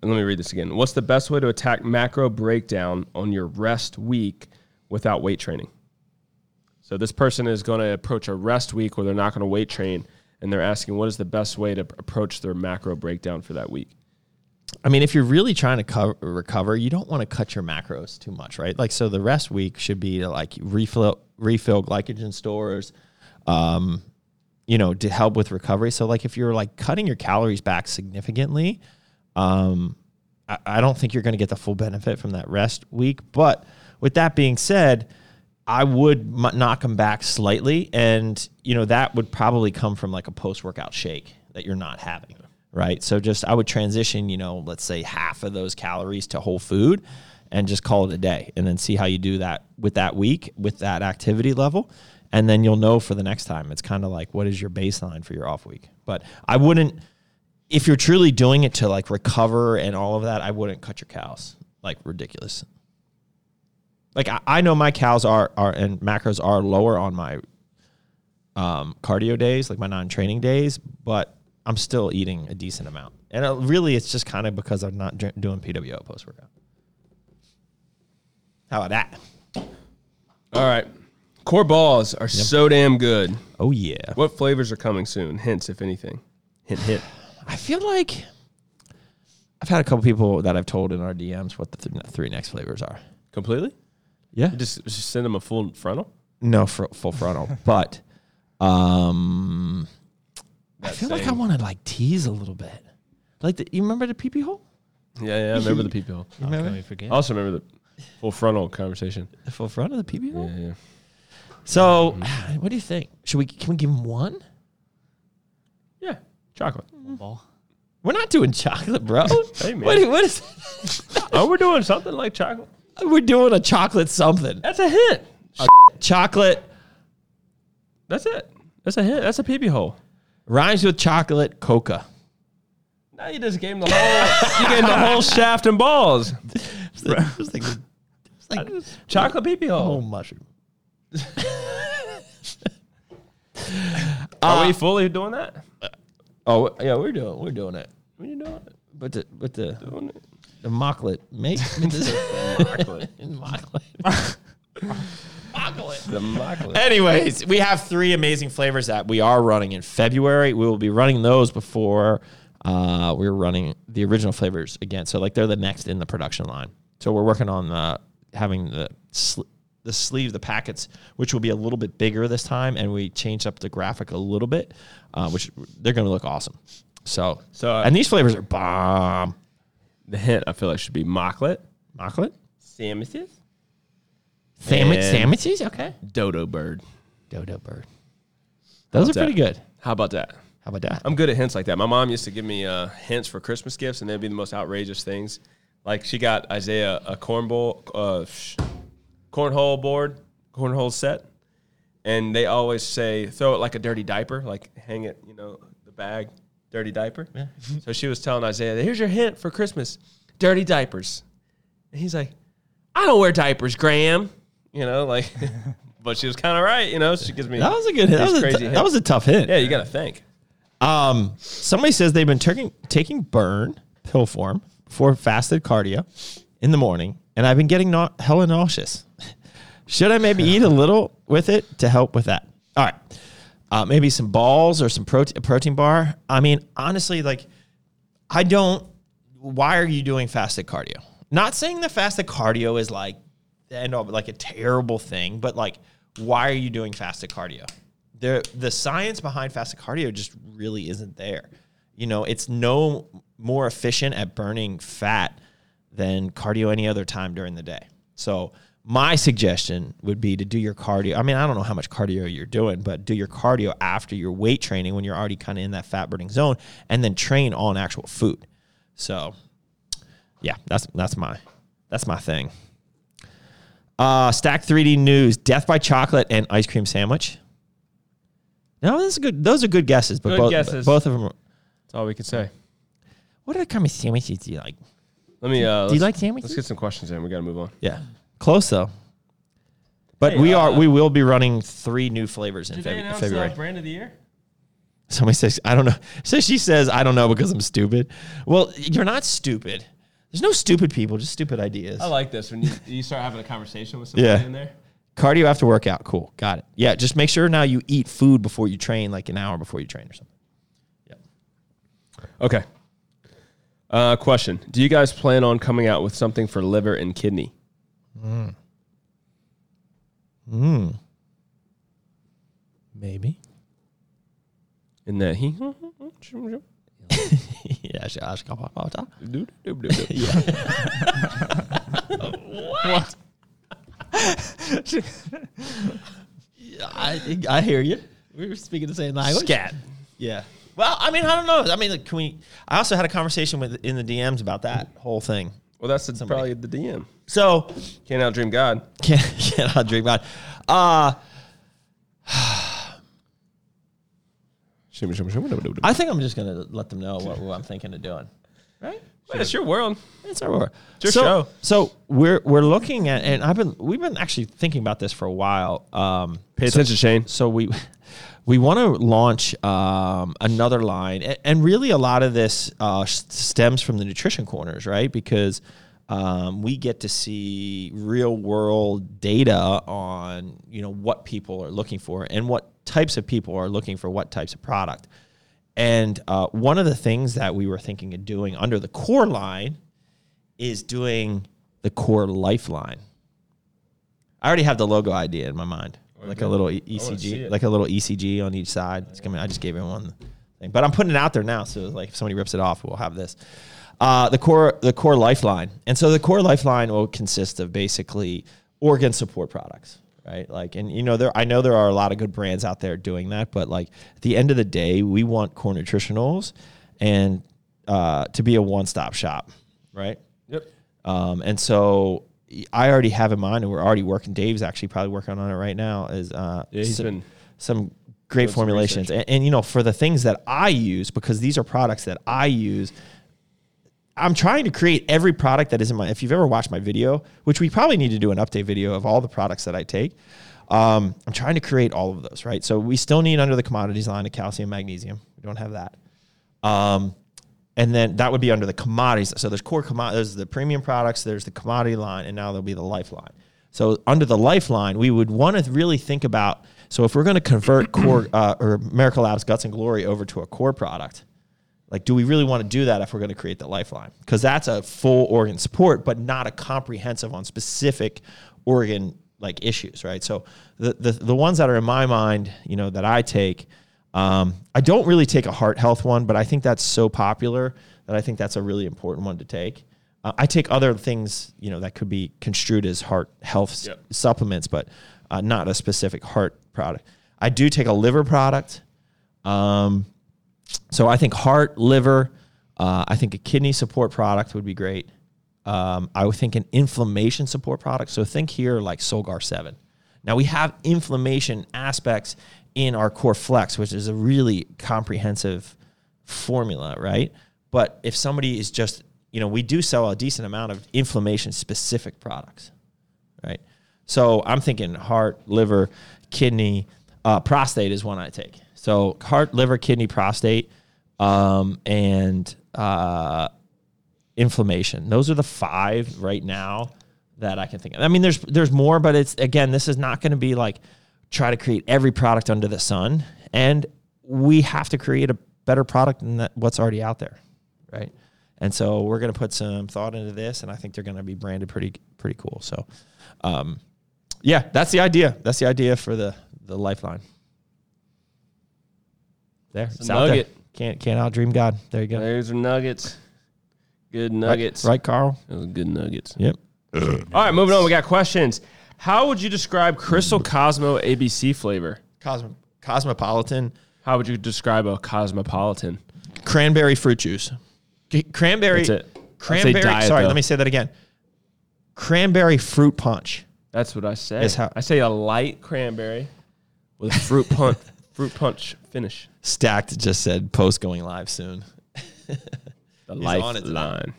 And let me read this again. What's the best way to attack macro breakdown on your rest week without weight training? So this person is going to approach a rest week where they're not going to weight train, and they're asking what is the best way to approach their macro breakdown for that week.
I mean, if you're really trying to co- recover, you don't want to cut your macros too much, right? Like, so the rest week should be to like refill refill glycogen stores, um, you know, to help with recovery. So, like, if you're like cutting your calories back significantly, um, I, I don't think you're going to get the full benefit from that rest week. But with that being said, I would m- knock them back slightly, and you know that would probably come from like a post-workout shake that you're not having, right? So just I would transition, you know, let's say half of those calories to whole food, and just call it a day, and then see how you do that with that week with that activity level, and then you'll know for the next time. It's kind of like what is your baseline for your off week, but I wouldn't if you're truly doing it to like recover and all of that, I wouldn't cut your cows. Like ridiculous. Like I, I know my cows are are and macros are lower on my um, cardio days, like my non-training days, but I'm still eating a decent amount. And uh really, it's just kind of because I'm not dr- doing PWO post workout. How about that?
All right. Core balls are so damn good.
Oh yeah.
What flavors are coming soon? Hints, if anything. Hint, hint.
I feel like I've had a couple people that I've told in our DMs what the th- three next flavors are.
Completely?
Yeah.
Just, just send them a full frontal?
No, fr- full frontal. but um, I
That
feel like I
same-
want to like tease a little bit. Like, the, you remember the pee pee hole?
Yeah, yeah, I remember the people.
Can
You remember
we forget?
I also remember the full frontal conversation.
the full frontal, the pee pee hole?
Yeah, Mm-hmm. yeah.
So, what do you think? Should we? Can we give him one?
Yeah, chocolate.
Ball.
We're not doing chocolate, bro.
Hey, man.
What, what is?
Oh, we're doing something like chocolate.
We're doing a chocolate something.
That's a hint.
Chocolate
That's it. That's a hint. That's a peepee hole.
rhymes with chocolate coca.
Now you just gave him the whole. you gave him the whole shaft and balls.
It's like, it's like
Chocolate peepee
whole
hole.
mushroom.
Are we fully doing that?
Oh yeah, we're doing we're doing it.
What are you doing?
But the but the
Doing it.
The mocklet. Make
Chocolate. The mocklet.
Anyways, we have three amazing flavors that we are running in February. We will be running those before uh, we're running the original flavors again. So like they're the next in the production line. So we're working on uh, having the sl- the sleeve, the packets, which will be a little bit bigger this time, and we changed up the graphic a little bit, uh, which they're going to look awesome. So
So, uh,
and these flavors are bomb.
The hint I feel like should be mocklet,
Mocklet,
sandwiches,
Sandwich,
And-
sandwiches, okay.
dodo bird.
Dodo bird. Those are
that?
pretty good.
How about that?
How about that?
I'm good at hints like that. My mom used to give me uh, hints for Christmas gifts, and they'd be the most outrageous things. Like she got Isaiah a corn bowl, uh, sh- cornhole board, cornhole set, and they always say throw it like a dirty diaper, like hang it, you know, the bag, dirty diaper. so she was telling Isaiah, "Here's your hint for Christmas: dirty diapers." And he's like, "I don't wear diapers, Graham." You know, like, but she was kind of right. You know, she gives me
that was a good hit. That
these
was a,
crazy
that was a tough hit.
yeah. You got to think.
Um, somebody says they've been taking taking burn pill form for fasted cardio in the morning, and I've been getting na- hella nauseous. Should I maybe eat a little with it to help with that? All right, uh, maybe some balls or some prote- a protein bar. I mean, honestly, like I don't. Why are you doing fasted cardio? Not saying that fasted cardio is like the end all, like a terrible thing, but like, why are you doing fasted cardio? The the science behind fasted cardio just really isn't there. You know, it's no more efficient at burning fat than cardio any other time during the day. So My suggestion would be to do your cardio. I mean, I don't know how much cardio you're doing, but do your cardio after your weight training when you're already kind of in that fat burning zone, and then train on actual food. So, yeah, that's that's my that's my thing. Uh, Stack 3D News: Death by Chocolate and Ice Cream Sandwich. No, this is good. Those are good guesses, but
Good
both,
guesses.
both of them. Are,
That's all we could say.
what other kind of sandwiches do you like?
Let me. Uh,
Do you
let's-
like sandwiches?
Let's get some questions in. We got to move on.
Yeah, close though. But
Hey,
we are
uh,
we will be running three new flavors in Feb- February.
brand of the year?
Somebody says I don't know. So she says I don't know because I'm stupid. Well, you're not stupid. There's no stupid people, just stupid ideas.
I like this when you, you start having a conversation with somebody
Yeah.
in there.
Cardio after workout, cool. Got it. Yeah, just make sure now you eat food before you train, like an hour before you train or something.
Okay. Uh, question: Do you guys plan on coming out with something for liver and kidney?
Maybe.
In that he.
yeah, she- I should call Papa all the time. I, I hear you. We were speaking the same language. Scat. Yeah. Well, I mean, I don't know. I mean, like, can we? I also had a conversation with in the DMs about that whole thing.
Well, that's the,
Somebody.
probably the DM.
So
Can't outdream God.
can can I dream about? Uh I think I'm just gonna let them know what, what I'm thinking of doing. Right.
Wait, it's your world.
It's our war.
your
so,
show.
So we're we're looking at, and I've been we've been actually thinking about this for a while. Um,
Pay attention, Shane.
so we we want to launch um, another line, and, and really a lot of this uh, s- stems from the nutrition corners, right? Because um, we get to see real world data on you know what people are looking for and what types of people are looking for what types of product. And uh, one of the things that we were thinking of doing under the core line is doing the core lifeline. I already have the logo idea in my mind, like a little e-
see
ECG,
it.
like a little ECG on each side. It's coming. I just gave everyone the thing, but I'm putting it out there now. So like, if somebody rips it off, we'll have this. Uh, the core, the core lifeline, and so the core lifeline will consist of basically organ support products, right? Like, and you know, there I know there are a lot of good brands out there doing that, but like at the end of the day, we want core nutritionals and uh, to be a one-stop shop, right?
Yep.
Um, and so I already have in mind, and we're already working. Dave's actually probably working on it right now. Is uh,
Yeah, he's
some,
been
some great
some
formulations,
research.
and, and you know, for the things that I use, because these are products that I use. I'm trying to create every product that is in my. If you've ever watched my video, which we probably need to do an update video of all the products that I take, um, I'm trying to create all of those. Right, so we still need under the commodities line of calcium, magnesium. We don't have that. Um, and then that would be under the commodities. So there's core commodities, there's the premium products, there's the commodity line, and now there'll be the lifeline. So under the lifeline, we would want to really think about. So if we're going to convert core uh, or Miracle Labs Guts and Glory over to a core product, like, do we really want to do that if we're going to create the lifeline? Because that's a full organ support, but not a comprehensive on specific organ like issues, right? So the, the the ones that are in my mind, you know, that I take, um, I don't really take a heart health one, but I think that's so popular that I think that's a really important one to take. Uh, I take other things, you know, that could be construed as heart health s-
Yep.
supplements, but uh, not a specific heart product. I do take a liver product. Um, so I think heart, liver, uh, I think a kidney support product would be great. Um, I would think an inflammation support product. So think here like Solgar 7. Now we have inflammation aspects in our core flex, which is a really comprehensive formula, right? But if somebody is just, you know, we do sell a decent amount of inflammation specific products right? So I'm thinking heart, liver, kidney, uh, prostate is one I take. So heart, liver, kidney, prostate, um, and uh, inflammation. Those are the five right now that I can think of. I mean, there's there's more, but it's again, this is not going to be like try to create every product under the sun, and we have to create a better product than that, what's already out there, right? And so we're going to put some thought into this, and I think they're going to be branded pretty pretty cool. So, um, yeah, that's the idea. That's the idea for the the lifeline. There, it's out there.
nugget.
Can't can't outdream God. There you go.
There's nuggets.
Right-
Good nuggets.
right, Carl?
Those are good nuggets.
Yep.
All right, moving on. We got questions. How would you describe Crystal Cosmo ABC flavor?
Cosmo, cosmopolitan
How would you describe a cosmopolitan?
cranberry fruit juice. C- cranberry.
That's it. I'd say
Cranberry.
diet,
sorry,
though.
let me say that again. Cranberry fruit punch.
That's what I say.
Yes, how-
I say a light cranberry with fruit punch, fruit punch finish.
Stacked just said post going live soon.
The
on it tonight.
lifeline.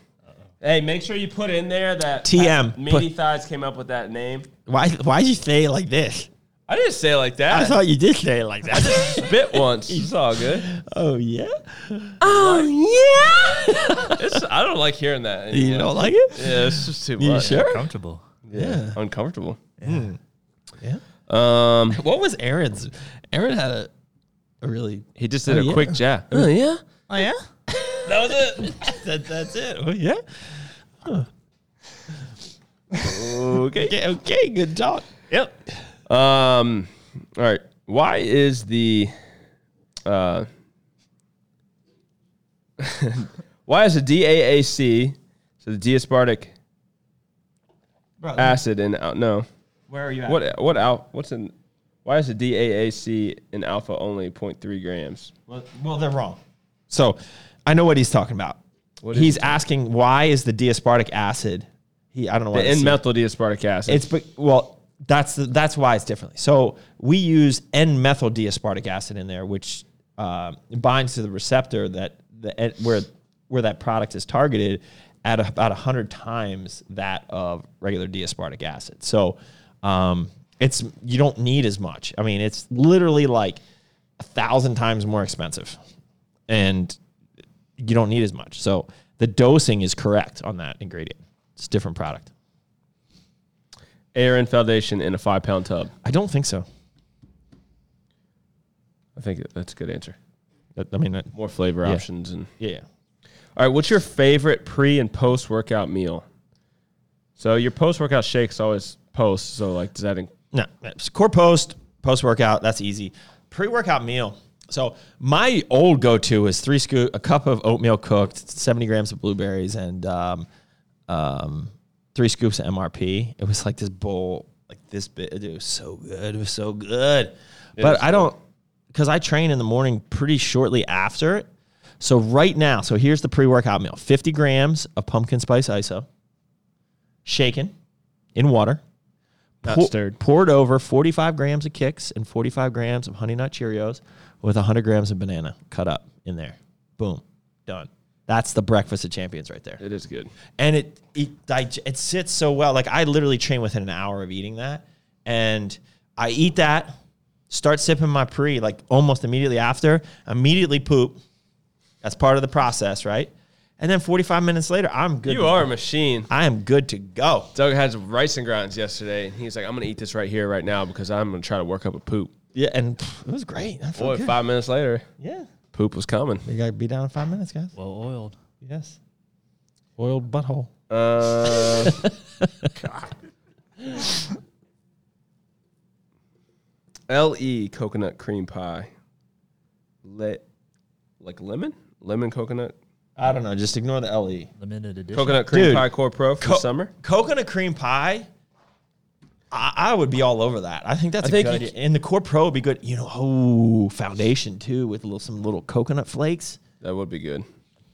Hey, make sure you put in there that
TM.
Meaty
Put-
Thighs came up with that name.
Why? Why'd you say it like this?
I didn't say it like that.
I thought you did say it like that.
spit once. It's all good.
oh yeah. Oh,
It's, I don't like hearing that. Anymore.
You don't like it?
Yeah, it's just too much.
You sure?
Comfortable.
Yeah. Uncomfortable.
Yeah.
Um,
What was Aaron's? Aaron had a, a really.
he just did
Oh,
a
yeah.
quick jab.
Oh yeah.
Oh yeah.
That was it.
That, that's it. Oh yeah. Okay. okay. Okay. Good talk.
Yep. Um, all right. Why is the uh, why is the DAAC so the diaspartic
Bro,
acid in al- no
where are you at?
what what al, what's in why is the DAAC in alpha only 0.3 grams?
Well, well, they're wrong. So I know what he's talking about.
is
he's asking why is the diaspartic acid? He I don't know why
The
this
N
is-
methyl diaspartic acid.
It's but well that's the, that's why it's differently. So we use N-methyl diaspartic acid in there, which uh, binds to the receptor that the where where that product is targeted at about hundred times that of regular diaspartic acid. So um, it's you don't need as much. I mean, it's literally like a thousand times more expensive, and you don't need as much. So the dosing is correct on that ingredient. It's a different product.
Aaron Foundation in a five pound tub.
I don't think so.
I think that's a good answer.
That- I mean, that-
More flavor
Yeah.
options and
yeah, yeah.
All right, what's your favorite pre and post workout meal? So your post workout shake's always post. So like, does that? In-
No, it's core post, post workout. That's easy. Pre workout meal. So my old go to is three scoop, a cup of oatmeal cooked, seventy grams of blueberries, and um, um, three scoops of MRP. It was like this bowl, like this bit. It was so good. It was so good. but I don't, because I train in the morning pretty shortly after it. So right now, so here's the pre workout meal: fifty grams of pumpkin spice iso, shaken in water,
Not
pour-
stirred.
poured over 45 grams of kicks and 45 grams of honey nut Cheerios with 100 grams of banana cut up in there. Boom, done. That's the breakfast of champions right there
it is good.
and it it dig- it sits so well. Like I literally train within an hour of eating that, and I eat that, start sipping my pre like almost immediately after, immediately poop. That's part of the process, right? And then 45 minutes later, I'm good.
You are a machine.
I am good to go.
Doug had some rice and grinds yesterday, and he's like, "I'm gonna eat this right here, right now, because I'm gonna try to work up a poop."
Yeah, and pff, it was great. I felt
Boy,
good.
five minutes later,
Yeah,
poop was coming.
you gotta be down in five minutes, guys.
Well oiled.
Yes, oiled butthole.
Uh, L E coconut cream pie. Le- like lemon, lemon coconut,
I don't know. Just ignore the E. le.
Limited edition.
coconut cream
Dude.
pie core pro for
Co-
the summer.
coconut cream pie. I, I would be all over that. I think that's a
think
good.
you
idea. and the core pro would be good. You know, oh, foundation too with little, some little coconut flakes.
That would be good.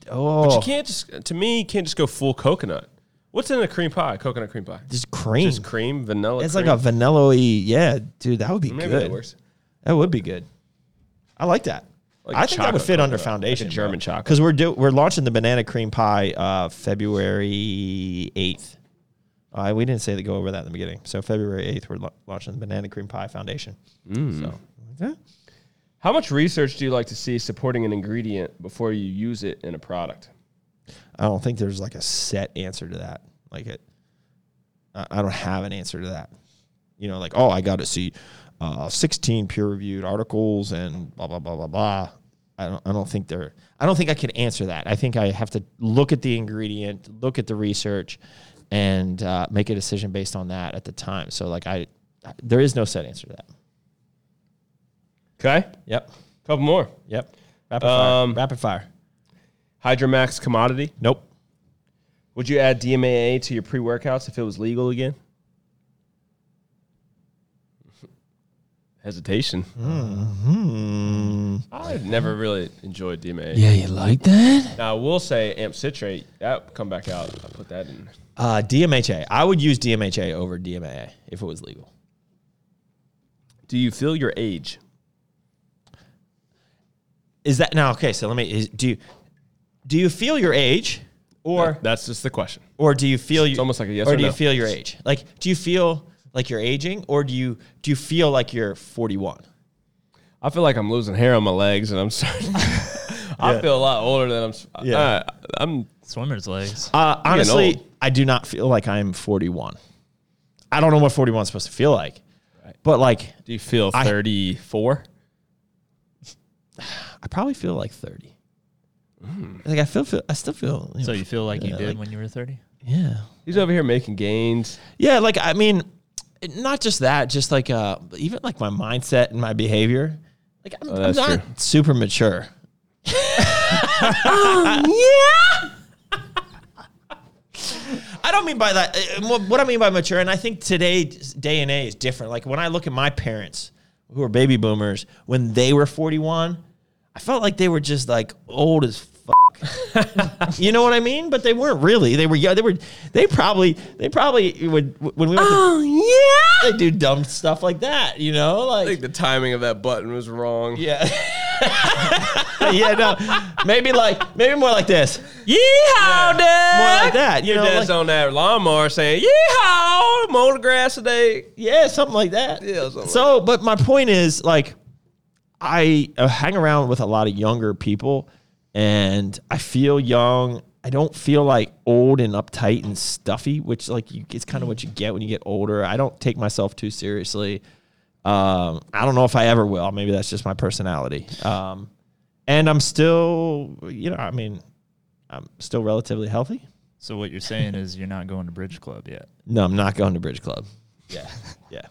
Oh,
You can't just to me you can't just go full coconut. What's in a cream pie? Coconut cream pie.
just cream.
Just cream, vanilla.
Mm. it's
cream.
like a vanilla-y. Yeah, dude, that would be
maybe
good.
that works.
That would be good. I like that.
Like
I
a
think that would
chocolate
fit under
coconut, like a
foundation,
German chocolate.
because we're do, we're launching the banana cream pie uh, February eighth. Uh, we didn't say to go over that in the beginning. So February eighth, we're lau- launching the banana cream pie foundation.
Mm.
So yeah.
How much research do you like to see supporting an ingredient before you use it in a product?
I don't think there's like a set answer to that. Like it, I, I don't have an answer to that. You know, like oh, I got to see uh, 16 peer-reviewed articles and blah blah blah blah blah. I don't, I don't think there. I don't think I could answer that. I think I have to look at the ingredient, look at the research, and uh, make a decision based on that at the time. So like I, there is no set answer to that.
Okay,
Yep.
couple more.
Yep. Rapid fire.
Um,
Rapid fire.
Hydromax commodity,
Nope.
Would you add DMAA to your pre workouts if it was legal again? Hesitation.
Mm.
I've never really enjoyed DMAA.
Yeah, you like that?
Now I will say amp citrate that come back out. I put that in.
Uh, DMHA. I would use DMHA over DMAA if it was legal.
Do you feel your age?
Is that now okay? So let me. Is, do you do you feel your age, or
That's just the question.
or do you feel
It's almost like a yes
or,
or
do you
no.
feel your age? Like, do you feel like you're aging, or do you do you feel like you're 41?
I feel like I'm losing hair on my legs, and I'm starting. I feel a lot older than I'm. s-
Yeah.
uh, I'm.
Swimmer's legs.
Uh,
getting
honestly,
old.
I do not feel like I'm 41. I don't know what 41 is supposed to feel like, but like
Do you feel
I-
34?
I probably feel like 30.
Hmm.
Like I feel, feel, I still feel.
So
know,
you feel like you
yeah,
did
like-
when you were 30?
yeah,
He's over here making gains.
yeah. Like I mean, not just that, just like uh, even like my mindset and my behavior. Like I'm, I'm
Oh, that's
not
true.
super mature. I don't mean by that. uh, wh- What I mean by mature, and I think today day and age is different. Like when I look at my parents, who are baby boomers, when they were forty one, I felt like they were just like old as fuck. you know what I mean? But they weren't really. They were. young. They were. They probably. They probably would when we. Went
Oh,
to, they do dumb stuff like that. You know,
I think
like
the timing of that button was wrong.
yeah. yeah, no. Maybe like maybe more like this.
yeah! Yeehaw,
More
Dad!
like that. You
Your
know,
dad's
like-
on that lawnmower saying, "Yeehaw, I'm on the grass today."
yeah, something like that.
Yeah, something like
so, but my point is, like, I uh, hang around with a lot of younger people, and I feel young. I don't feel like old and uptight and stuffy, which like you, it's kind of what you get when you get older. I don't take myself too seriously. Um, I don't know if I ever will. Maybe that's just my personality. Um, and I'm still, you know, I mean, I'm still relatively healthy.
So what you're saying is you're not going to Bridge Club yet.
No, I'm not going to Bridge Club. Yeah, yeah.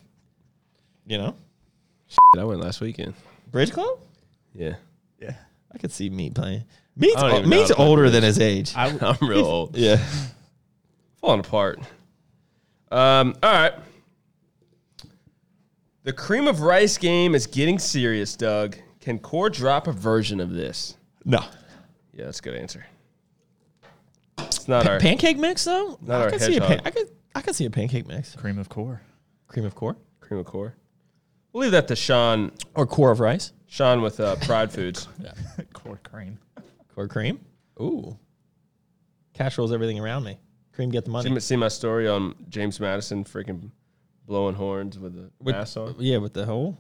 You know,
I went last weekend.
Bridge Club.
Yeah,
Yeah, I could see me playing. Meat's,
I don't
o-
even know
Meat's
how to play
older than his age.
I, am real old.
yeah.
falling apart. Um, all right. The cream of rice game is getting serious, Doug. Can Core drop a version of this?
No.
Yeah, that's a good answer. It's not our.
Pancake mix though.
Not
I
our
could see a
hedgehog.
pan- I could. I could see a pancake mix.
Cream of core.
Cream of core
cream of core. We'll leave that to Sean.
or core of rice.
Sean with uh, Pride Foods.
core cream.
Core cream. Ooh. Cash rolls everything around me. Cream get the money.
Did you see my story on James Madison freaking blowing horns with the
With-
mask on?
Yeah, with the hole.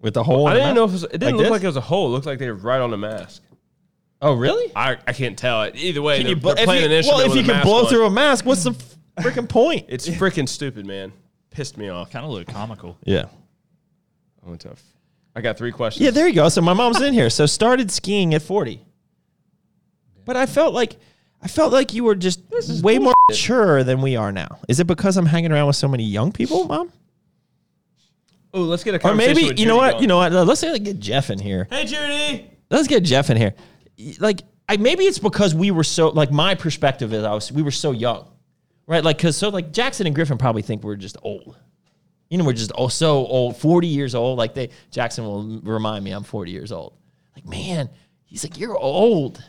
With the hole.
I
in the
didn't
mouth?
know if it, was, it didn't
Like
look
this?
like it was a hole. It looked like they were right on the mask.
Oh really?
I, I can't tell. Either way,
Can
they're,
you bl-
they're
if
playing
you-
an instrument
well, if
with
you
a
can
mask
blow
on.
through a mask, what's the f- freaking point?
It's freaking stupid, man. Pissed me off.
Kind of look comical.
yeah.
I went to. a f- I got three questions.
Yeah, there you go. So my mom's in here. So started skiing at 40. But I felt like I felt like you were just way more mature than we are now. Is it because I'm hanging around with so many young people, mom?
Oh, let's get a
Or
conversation.
maybe
with
you know
Judy
what?
going.
You know what? Let's say, like, get Jeff in here.
Hey, Judy.
Let's get Jeff in here. Y- Like I maybe it's because we were so like my perspective is I was we were so young. Right? Like cuz so like Jackson and Griffin probably think we're just old. You know, we're just oh so old, 40 years old. Like they Jackson will m- remind me I'm 40 years old. Like, man, he's like, you're old.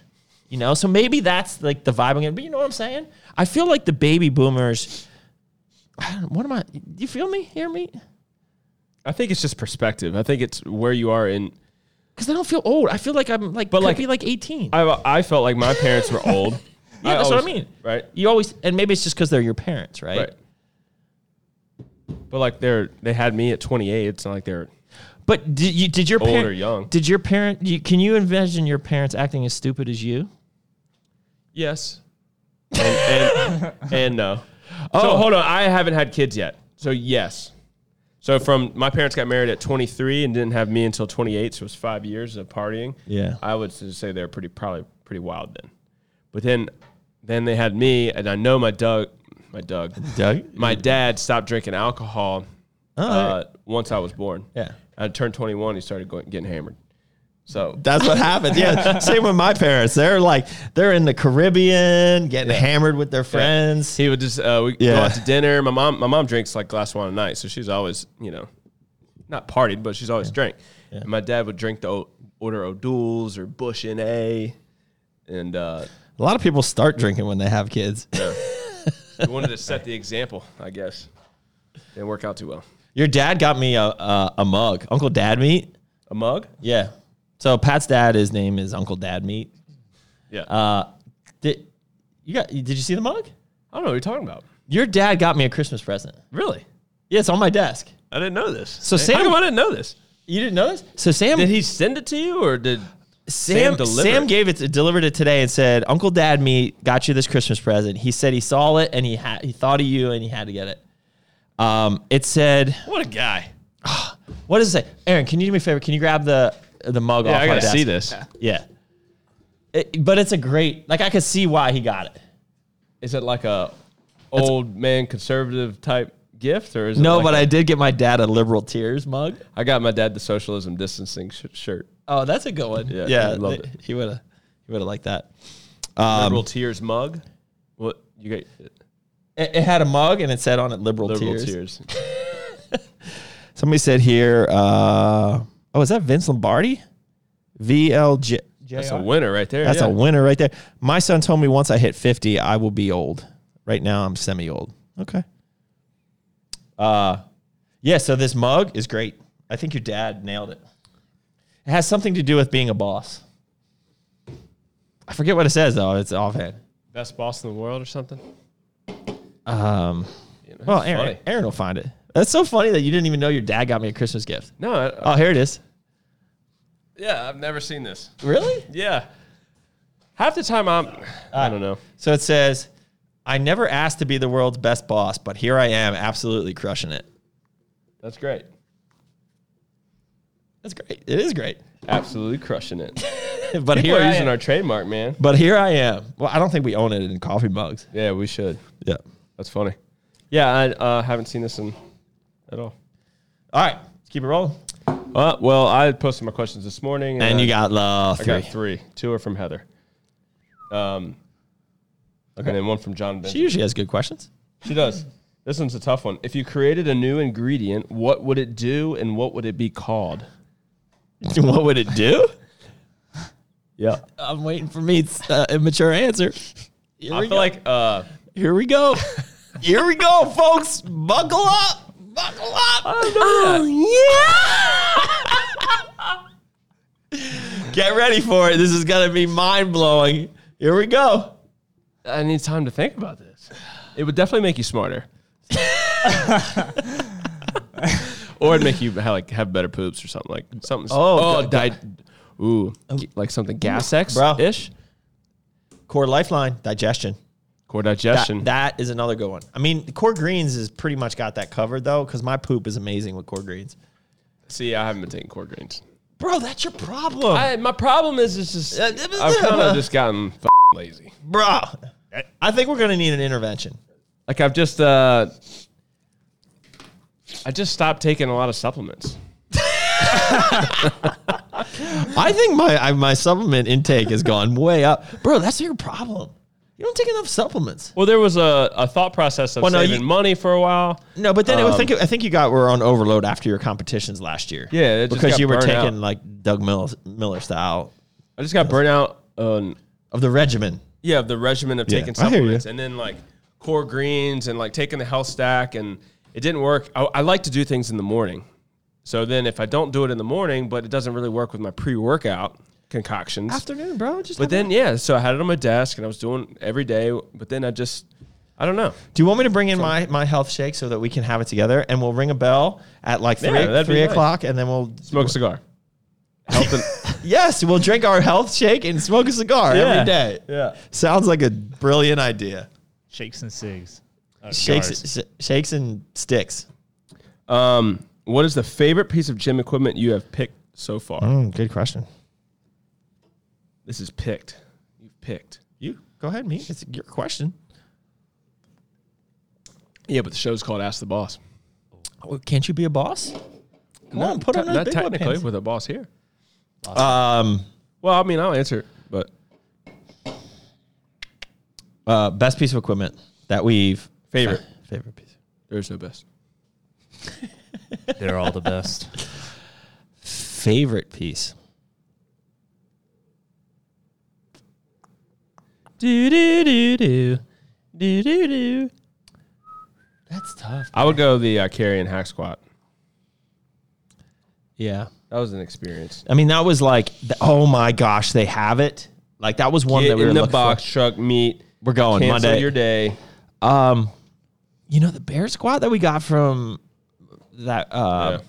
You know, so maybe that's like the vibe I'm getting. But you know what I'm saying? I feel like the baby boomers. I don't, what am I? Do you feel me? Hear me?
I think it's just perspective. I think it's where you are in.
Because I don't feel old. I feel like I'm like, but could
like-
be like 18.
I I felt like my parents were old.
yeah, that's what I
always-
mean.
Right.
You always, and maybe it's just because they're your parents, right?
Right. But like they're they had me at 28. It's not like they're.
But did you did your
Old
par-
or young.
Did your parent? You, can you envision your parents acting as stupid as you?
Yes. And and, and no.
Oh.
So hold on. I haven't had kids yet. So yes. So from my parents got married at 23 and didn't have me until 28. So it was five years of partying.
Yeah.
I would s- say they're pretty probably pretty wild then. But then then they had me, and I know my Doug, my Doug,
Doug?
my dad stopped drinking alcohol
Oh,
uh, once I was born.
Yeah.
I turned 21. He started going, getting hammered. So
That's what happens. Yeah. Same with my parents. They're like, they're in the Caribbean, getting hammered with their friends.
he would just uh, we go
Yeah.
out to dinner. My mom, my mom drinks like glass of wine a night, so she's always you know, not partied, but she's always drank. And my dad would drink the o- order O'Doul's or Bush and A, and uh,
A lot of people start drinking when they have kids.
he wanted to set the example, I guess. Didn't work out too well.
Your dad got me a, a, a mug, Uncle Dad Meat.
A mug?
Yeah. So Pat's dad, his name is Uncle Dad Meat.
Yeah.
Uh, did you got? Did you see the mug?
I don't know what you're talking about.
Your dad got me a Christmas present.
Really?
Yeah, it's on my desk.
I didn't know this.
So
Hey,
Sam-
how come I didn't know this?
You didn't know this? So Sam,
Did he send it to you, or did
Sam, Sam,
deliver it?
gave it, to, delivered it today, and said, "Uncle Dad Meat got you this Christmas present." He said he saw it and he had, he thought of you and he had to get it. Um, it said,
What a guy!
"What does it say?" Aaron, can you do me a favor? Can you grab the the mug
Yeah,
off my
I gotta
desk?
see this.
Yeah. It- but it's a great, like I could see why he got it.
Is it like a old man conservative type gift, or is it
No,
like
but
a-
I did get my dad a liberal tears mug.
I got my dad the socialism distancing sh- shirt.
Oh, that's a good one.
Yeah, he
love
loved
it.
it.
he would have, he would have liked that. Um,
Liberal tears mug. What you get?
It, it had a mug and it said on it "Liberal,
Liberal
tears.
tears.
Somebody said here, uh, oh, is that Vince Lombardi? VLJ.
That's a winner right there.
That's
yeah.
a winner right there. My son told me once I hit 50, I will be old. Right now, I'm semi old. Okay. Uh, yeah, so this mug is great. I think your dad nailed it. It has something to do with being a boss. I forget what it says, though. It's offhand.
Best boss in the world or something.
Um,
You know,
well,
it's
Aaron,
funny.
Aaron will find it. That's so funny that you didn't even know your dad got me a Christmas gift.
No, I, uh,
Oh, here it is.
yeah, I've never seen this.
Really?
Yeah, half the time I'm. I don't know.
So it says, I never asked to be the world's best boss, but here I am, absolutely crushing it.
That's great.
That's great. It is great.
Absolutely crushing it.
But
People
here,
are
I
using
am.
our trademark, man.
but here I am. Well, I don't think we own it in coffee mugs.
Yeah, we should.
Yeah.
That's funny. Yeah, I uh, haven't seen this in at all.
All right. Let's keep it rolling.
Uh, well, I posted my questions this morning,
And
I-
you got love.
I
three.
got three. Two are from Heather. Um, and then one from John. Benson.
She usually has good questions.
She does. This one's a tough one. If you created a new ingredient, what would it do and what would it be called?
what would it do?
Yeah.
I'm waiting for me uh, immature answer. Here
I
we go.
feel like uh,
Here we go. Here we go, folks. Buckle up. Buckle up. Oh, Get ready for it. This is going to be mind blowing. Here we go.
I need time to think about this. It would definitely make you smarter. or it'd make you ha- like have better poops or something like something.
Oh,
oh di- ooh, like something gas X
Bro.
ish.
Core lifeline, digestion.
Core
That,
digestion.
that is another good one. I mean, core greens is pretty much got that covered though, because my poop is amazing with core greens.
See, I haven't been taking core greens.
Bro, that's your problem,
I, my problem is it's just I've kind of just gotten f- lazy.
bro. I think we're gonna need an intervention.
Like I've just uh, I just stopped taking a lot of supplements.
I think my I, my supplement intake has gone way up, bro. That's your problem. You don't take enough supplements.
Well, there was a, a thought process of
Well, no,
saving
you-
money for a while.
No, but then
Um,
I think I think you got were on overload after your competitions last year.
Yeah, it just
because
got
you were
burnt
taking
out.
like Doug Miller, Miller style
I just got burnt out on
of the regimen.
yeah of the regimen of
Yeah,
taking
I hear you.
supplements and then like core greens and like taking the health stack and it didn't work. I, I like to do things in the morning, so then if I don't do it in the morning, but it doesn't really work with my pre workout concoctions.
Afternoon, bro. Just
But then yeah, so I had it on my desk and I was doing every day. But then I just I don't know.
Do you want me to bring in my, my health shake so that we can have it together? And we'll ring a bell at like three,
Yeah, that'd be
three
nice.
o'clock, and then we'll
Smoke a cigar. Health and,
yes, we'll drink our health shake and smoke a cigar
Yeah,
every day.
yeah.
sounds like a brilliant idea.
Shakes and cigs.
Uh,
Oh, cigars.
Shakes, sh- shakes and sticks.
um, what is the favorite piece of gym equipment you have picked so far?
Mm, good question.
This is picked. You've picked.
You go ahead, me. It's your question.
Yeah, but the show's called Ask the Boss.
Well, can't you be a boss? Come on, put
Te-
on those
not
big boy
technically
pants.
with a boss here.
Um,
Well, I mean, I'll answer it, but
uh, best piece of equipment that we've
Favorite.
favorite piece.
there's no best.
They're all the best.
Favorite piece.
do do do do do do do.
That's tough.
I would go the uh, carry and hack squat.
Yeah.
That was an experience.
I mean, that was like, th- oh my gosh, they have it. Like that was one
Get
that we were
in the
looking
box
for.
truck meet.
We're going
cancel
Monday.
your day.
Um, you know the bear squat that we got from that. Uh,
Yeah.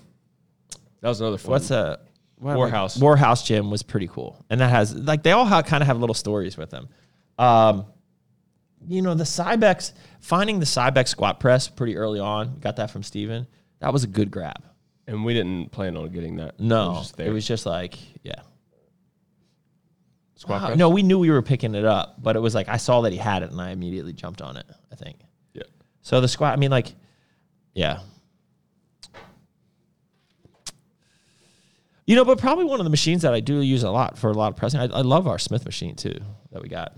That was another fun.
What's a what-
Warhouse.
Warhouse gym was pretty cool, and that has like they all ha kind of have little stories with them. Um, you know the Cybex finding the Cybex squat press pretty early on. Got that from Steven. That was a good grab.
And we didn't plan on getting that.
No,
it was just, there.
like yeah.
squat
Wow,
press.
Uh-huh. No, we knew we were picking it up, but it was like I saw that he had it, and I immediately jumped on it. I think.
Yeah.
So the squat, I mean, like, yeah. You know, but probably one of the machines that I do use a lot for a lot of pressing. I, I love our Smith machine too that we got.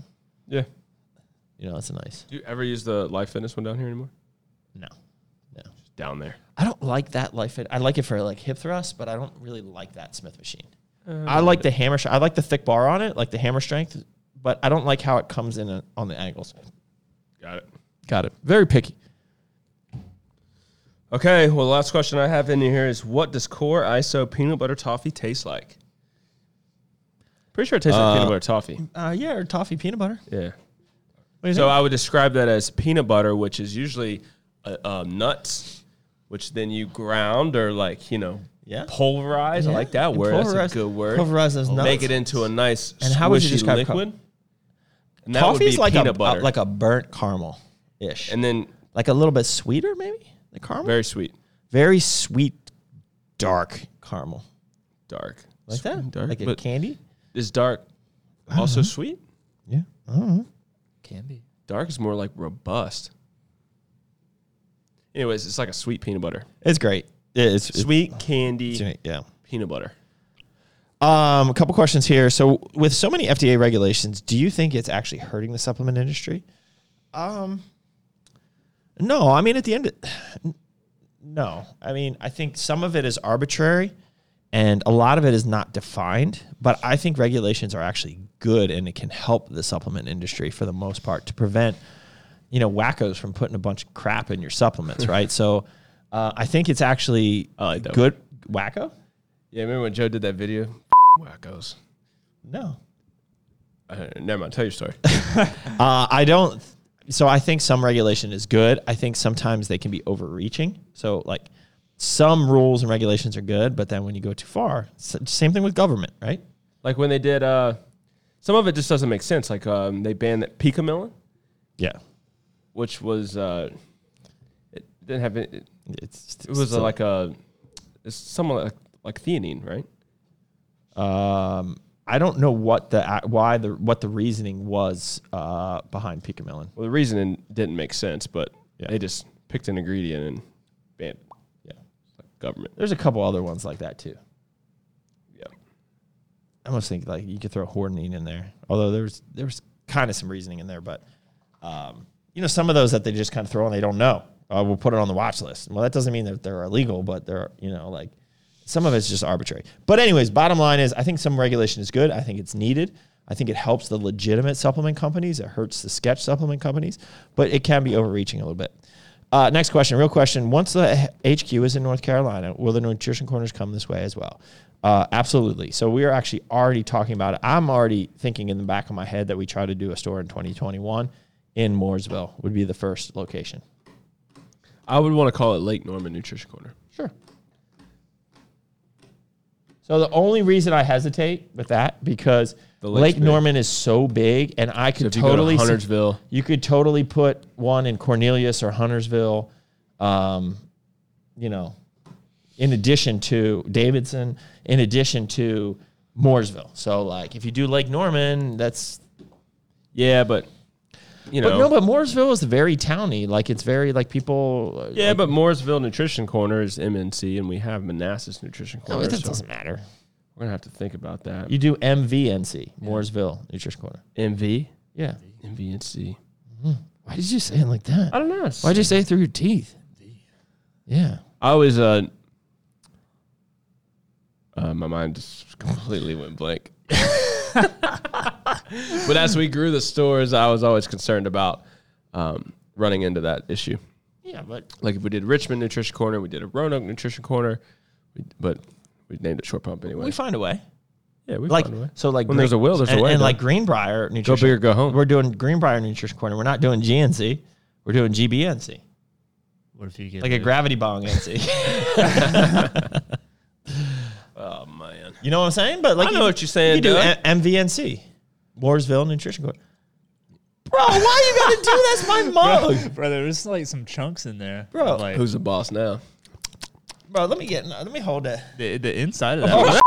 Yeah.
You know, that's a nice.
Do you ever use the Life Fitness one down here anymore?
No, no,
Just down there.
I don't like that life. Fit- I like it for like hip thrust, but I don't really like that Smith machine.
Um,
I like the hammer. I like the thick bar on it, like the hammer strength, but I don't like how it comes in uh, on the angles.
Got it.
Got it. Very picky.
Okay. Well, the last question I have in here is what does core ISO peanut butter toffee taste like? Pretty sure it tastes like peanut butter toffee.
Uh, yeah, or toffee peanut butter.
Yeah.
you
So I would describe that as peanut butter, which is usually uh, uh, nuts, which then you ground or like you know
Yeah.
pulverize. I
Yeah.
like that
And
word. That's
pulverize-
a good word.
pulverize those
Make
nuts.
it into a nice
And how would you
squishy
describe co-
liquid. And that would
Coffee
be
is like
peanut
a
butter,
uh, like a burnt caramel ish,
and then
like a little bit sweeter maybe the caramel.
very sweet,
Very sweet, dark caramel
dark,
like
Sweet and
that,
dark.
like a Uh-huh.
but
candy.
is dark also sweet?
Yeah.
Can be.
Dark is more like robust. Anyways, it's like a sweet peanut butter,
It's great. Yeah, It's, it's
sweet candy
sweet, Yeah.
peanut butter.
Um, a couple questions here. So, with so many FDA regulations, do you think it's actually hurting the supplement industry? Um, no. I mean, at the end, of- no. I mean, I think some of it is arbitrary, and a lot of it is not defined. But I think regulations are actually good, and it can help the supplement industry for the most part to prevent, you know, wackos from putting a bunch of crap in your supplements, right? So, uh, I think it's actually
like that
good wacko.
Yeah, remember when Joe did that video? Wackos.
No.
Uh, never mind. Tell your story.
Uh, I don't. So I think some regulation is good. I think sometimes they can be overreaching. So like some rules and regulations are good, but then when you go too far, s- same thing with government, right?
like when they did, uh, some of it just doesn't make sense. Like um, they banned that Pika Melon,
Yeah,
which was uh, it didn't have it. It
it's
it was uh
still-
like a it's somewhat like, like theanine, right?
um, I don't know what the ac- why the what the reasoning was uh, behind Picamelon.
Well, the reasoning didn't make sense, but
Yeah.
they just picked an ingredient and banned it.
Yeah,
Like government.
there's a couple other ones like that too.
Yeah.
I almost think like you could throw hornine in there. Although there was there was kind of some reasoning in there, but um, you know some of those that they just kind of throw and they don't know. Uh, we'll put it on the watch list. Well, that doesn't mean that they're illegal, but they're you know like some of it's just arbitrary. But anyways, bottom line is I think some regulation is good. I think it's needed. I think it helps the legitimate supplement companies. It hurts the sketch supplement companies, but it can be overreaching a little bit. Uh, next question, real question. Once the H- HQ is in North Carolina, will the nutrition corners come this way as well? Uh, absolutely. So we are actually already talking about it. I'm already thinking in the back of my head that we try to do a store in 2021 in Mooresville would be the first location.
I would want to call it Lake Norman Nutrition Corner.
Sure. So the only reason I hesitate with that because
The lake's
Lake
big.
Norman is so big, and I could
if you go to
totally see-
Huntersville-
you could totally put one in Cornelius or Huntersville, um, you know, in addition to Davidson, in addition to Mooresville. So like, if you do Lake Norman, that's
Yeah, but you know,
but no, but Mooresville is very towny. Like it's very like people. uh,
yeah, but Mooresville Nutrition Corner is MNC, and we have Manassas Nutrition
no,
Corner.
it
so-
doesn't matter.
We're gonna have to think about that.
You do MVNC, Mooresville Nutrition Corner.
MV,
Yeah.
MVNC.
Why did you say it like that?
I don't know.
Why'd you say it through your teeth? Yeah.
I was uh, uh my mind just completely went blank. but as we grew the stores, I was always concerned about um, running into that issue.
Yeah, but
Like if we did Richmond Nutrition Corner, we did a Roanoke Nutrition Corner, we, but we named it Short Pump anyway.
we find a way.
yeah, we
Like
found a way.
so, like
When there's a will, there's a
and,
way,
And
though.
like Greenbrier Nutrition,
big or go home.
We're doing Greenbrier Nutrition Corner. We're not doing GNC. We're doing GBNC,
What if you get
like a
the-
gravity bong NC.
oh man,
you know what I'm saying? But like,
I know what you're saying,
You do
dude.
M- MVNC, Mooresville Nutrition Corner. Bro, why you gotta do that's my mug,
brother? There's like some chunks in there,
Bro.
Like
who's the boss now?
bro? Let me get, let me hold that.
the, the
Oh,
inside of that.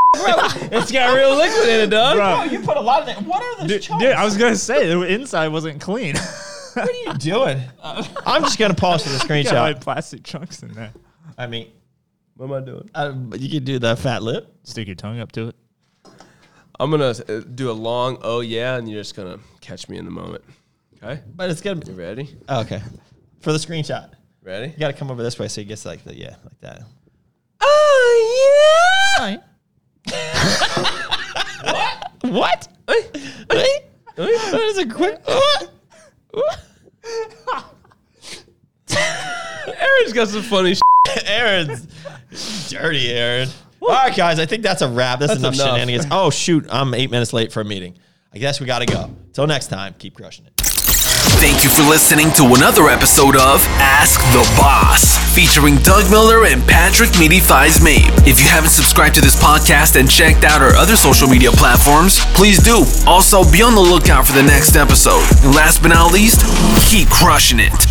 It's got real liquid in it, dog.
Bro,
You put a lot of that. What are those
dude, dude, I was gonna say the inside wasn't clean.
what are you doing? I'm just gonna pause for the
got like
screenshot.
plastic chunks in there.
I mean,
What am I doing?
uh, but you could do the fat lip.
Stick your tongue up to it.
I'm gonna uh, do a long oh yeah, and you're just gonna catch me in the moment. Okay,
But it's gonna
you
be oh,
ready?
okay for the screenshot.
Ready?
You gotta come over this way so it gets like the yeah, like that.
Oh, yeah.
What? that is a quick.
Aaron's got some funny. Sh-
Aaron's dirty, Aaron. All right, guys, I think that's a wrap. That's, enough,
enough.
shenanigans. Oh shoot, I'm eight minutes late for a meeting. I guess we gotta go. Till next time, keep crushing it.
Thank you for listening to another episode of Ask the Boss, featuring Doug Miller and Patrick Meaty Thighs Mabe. If you haven't subscribed to this podcast and checked out our other social media platforms, please do. Also, be on the lookout for the next episode. And last but not least, keep crushing it.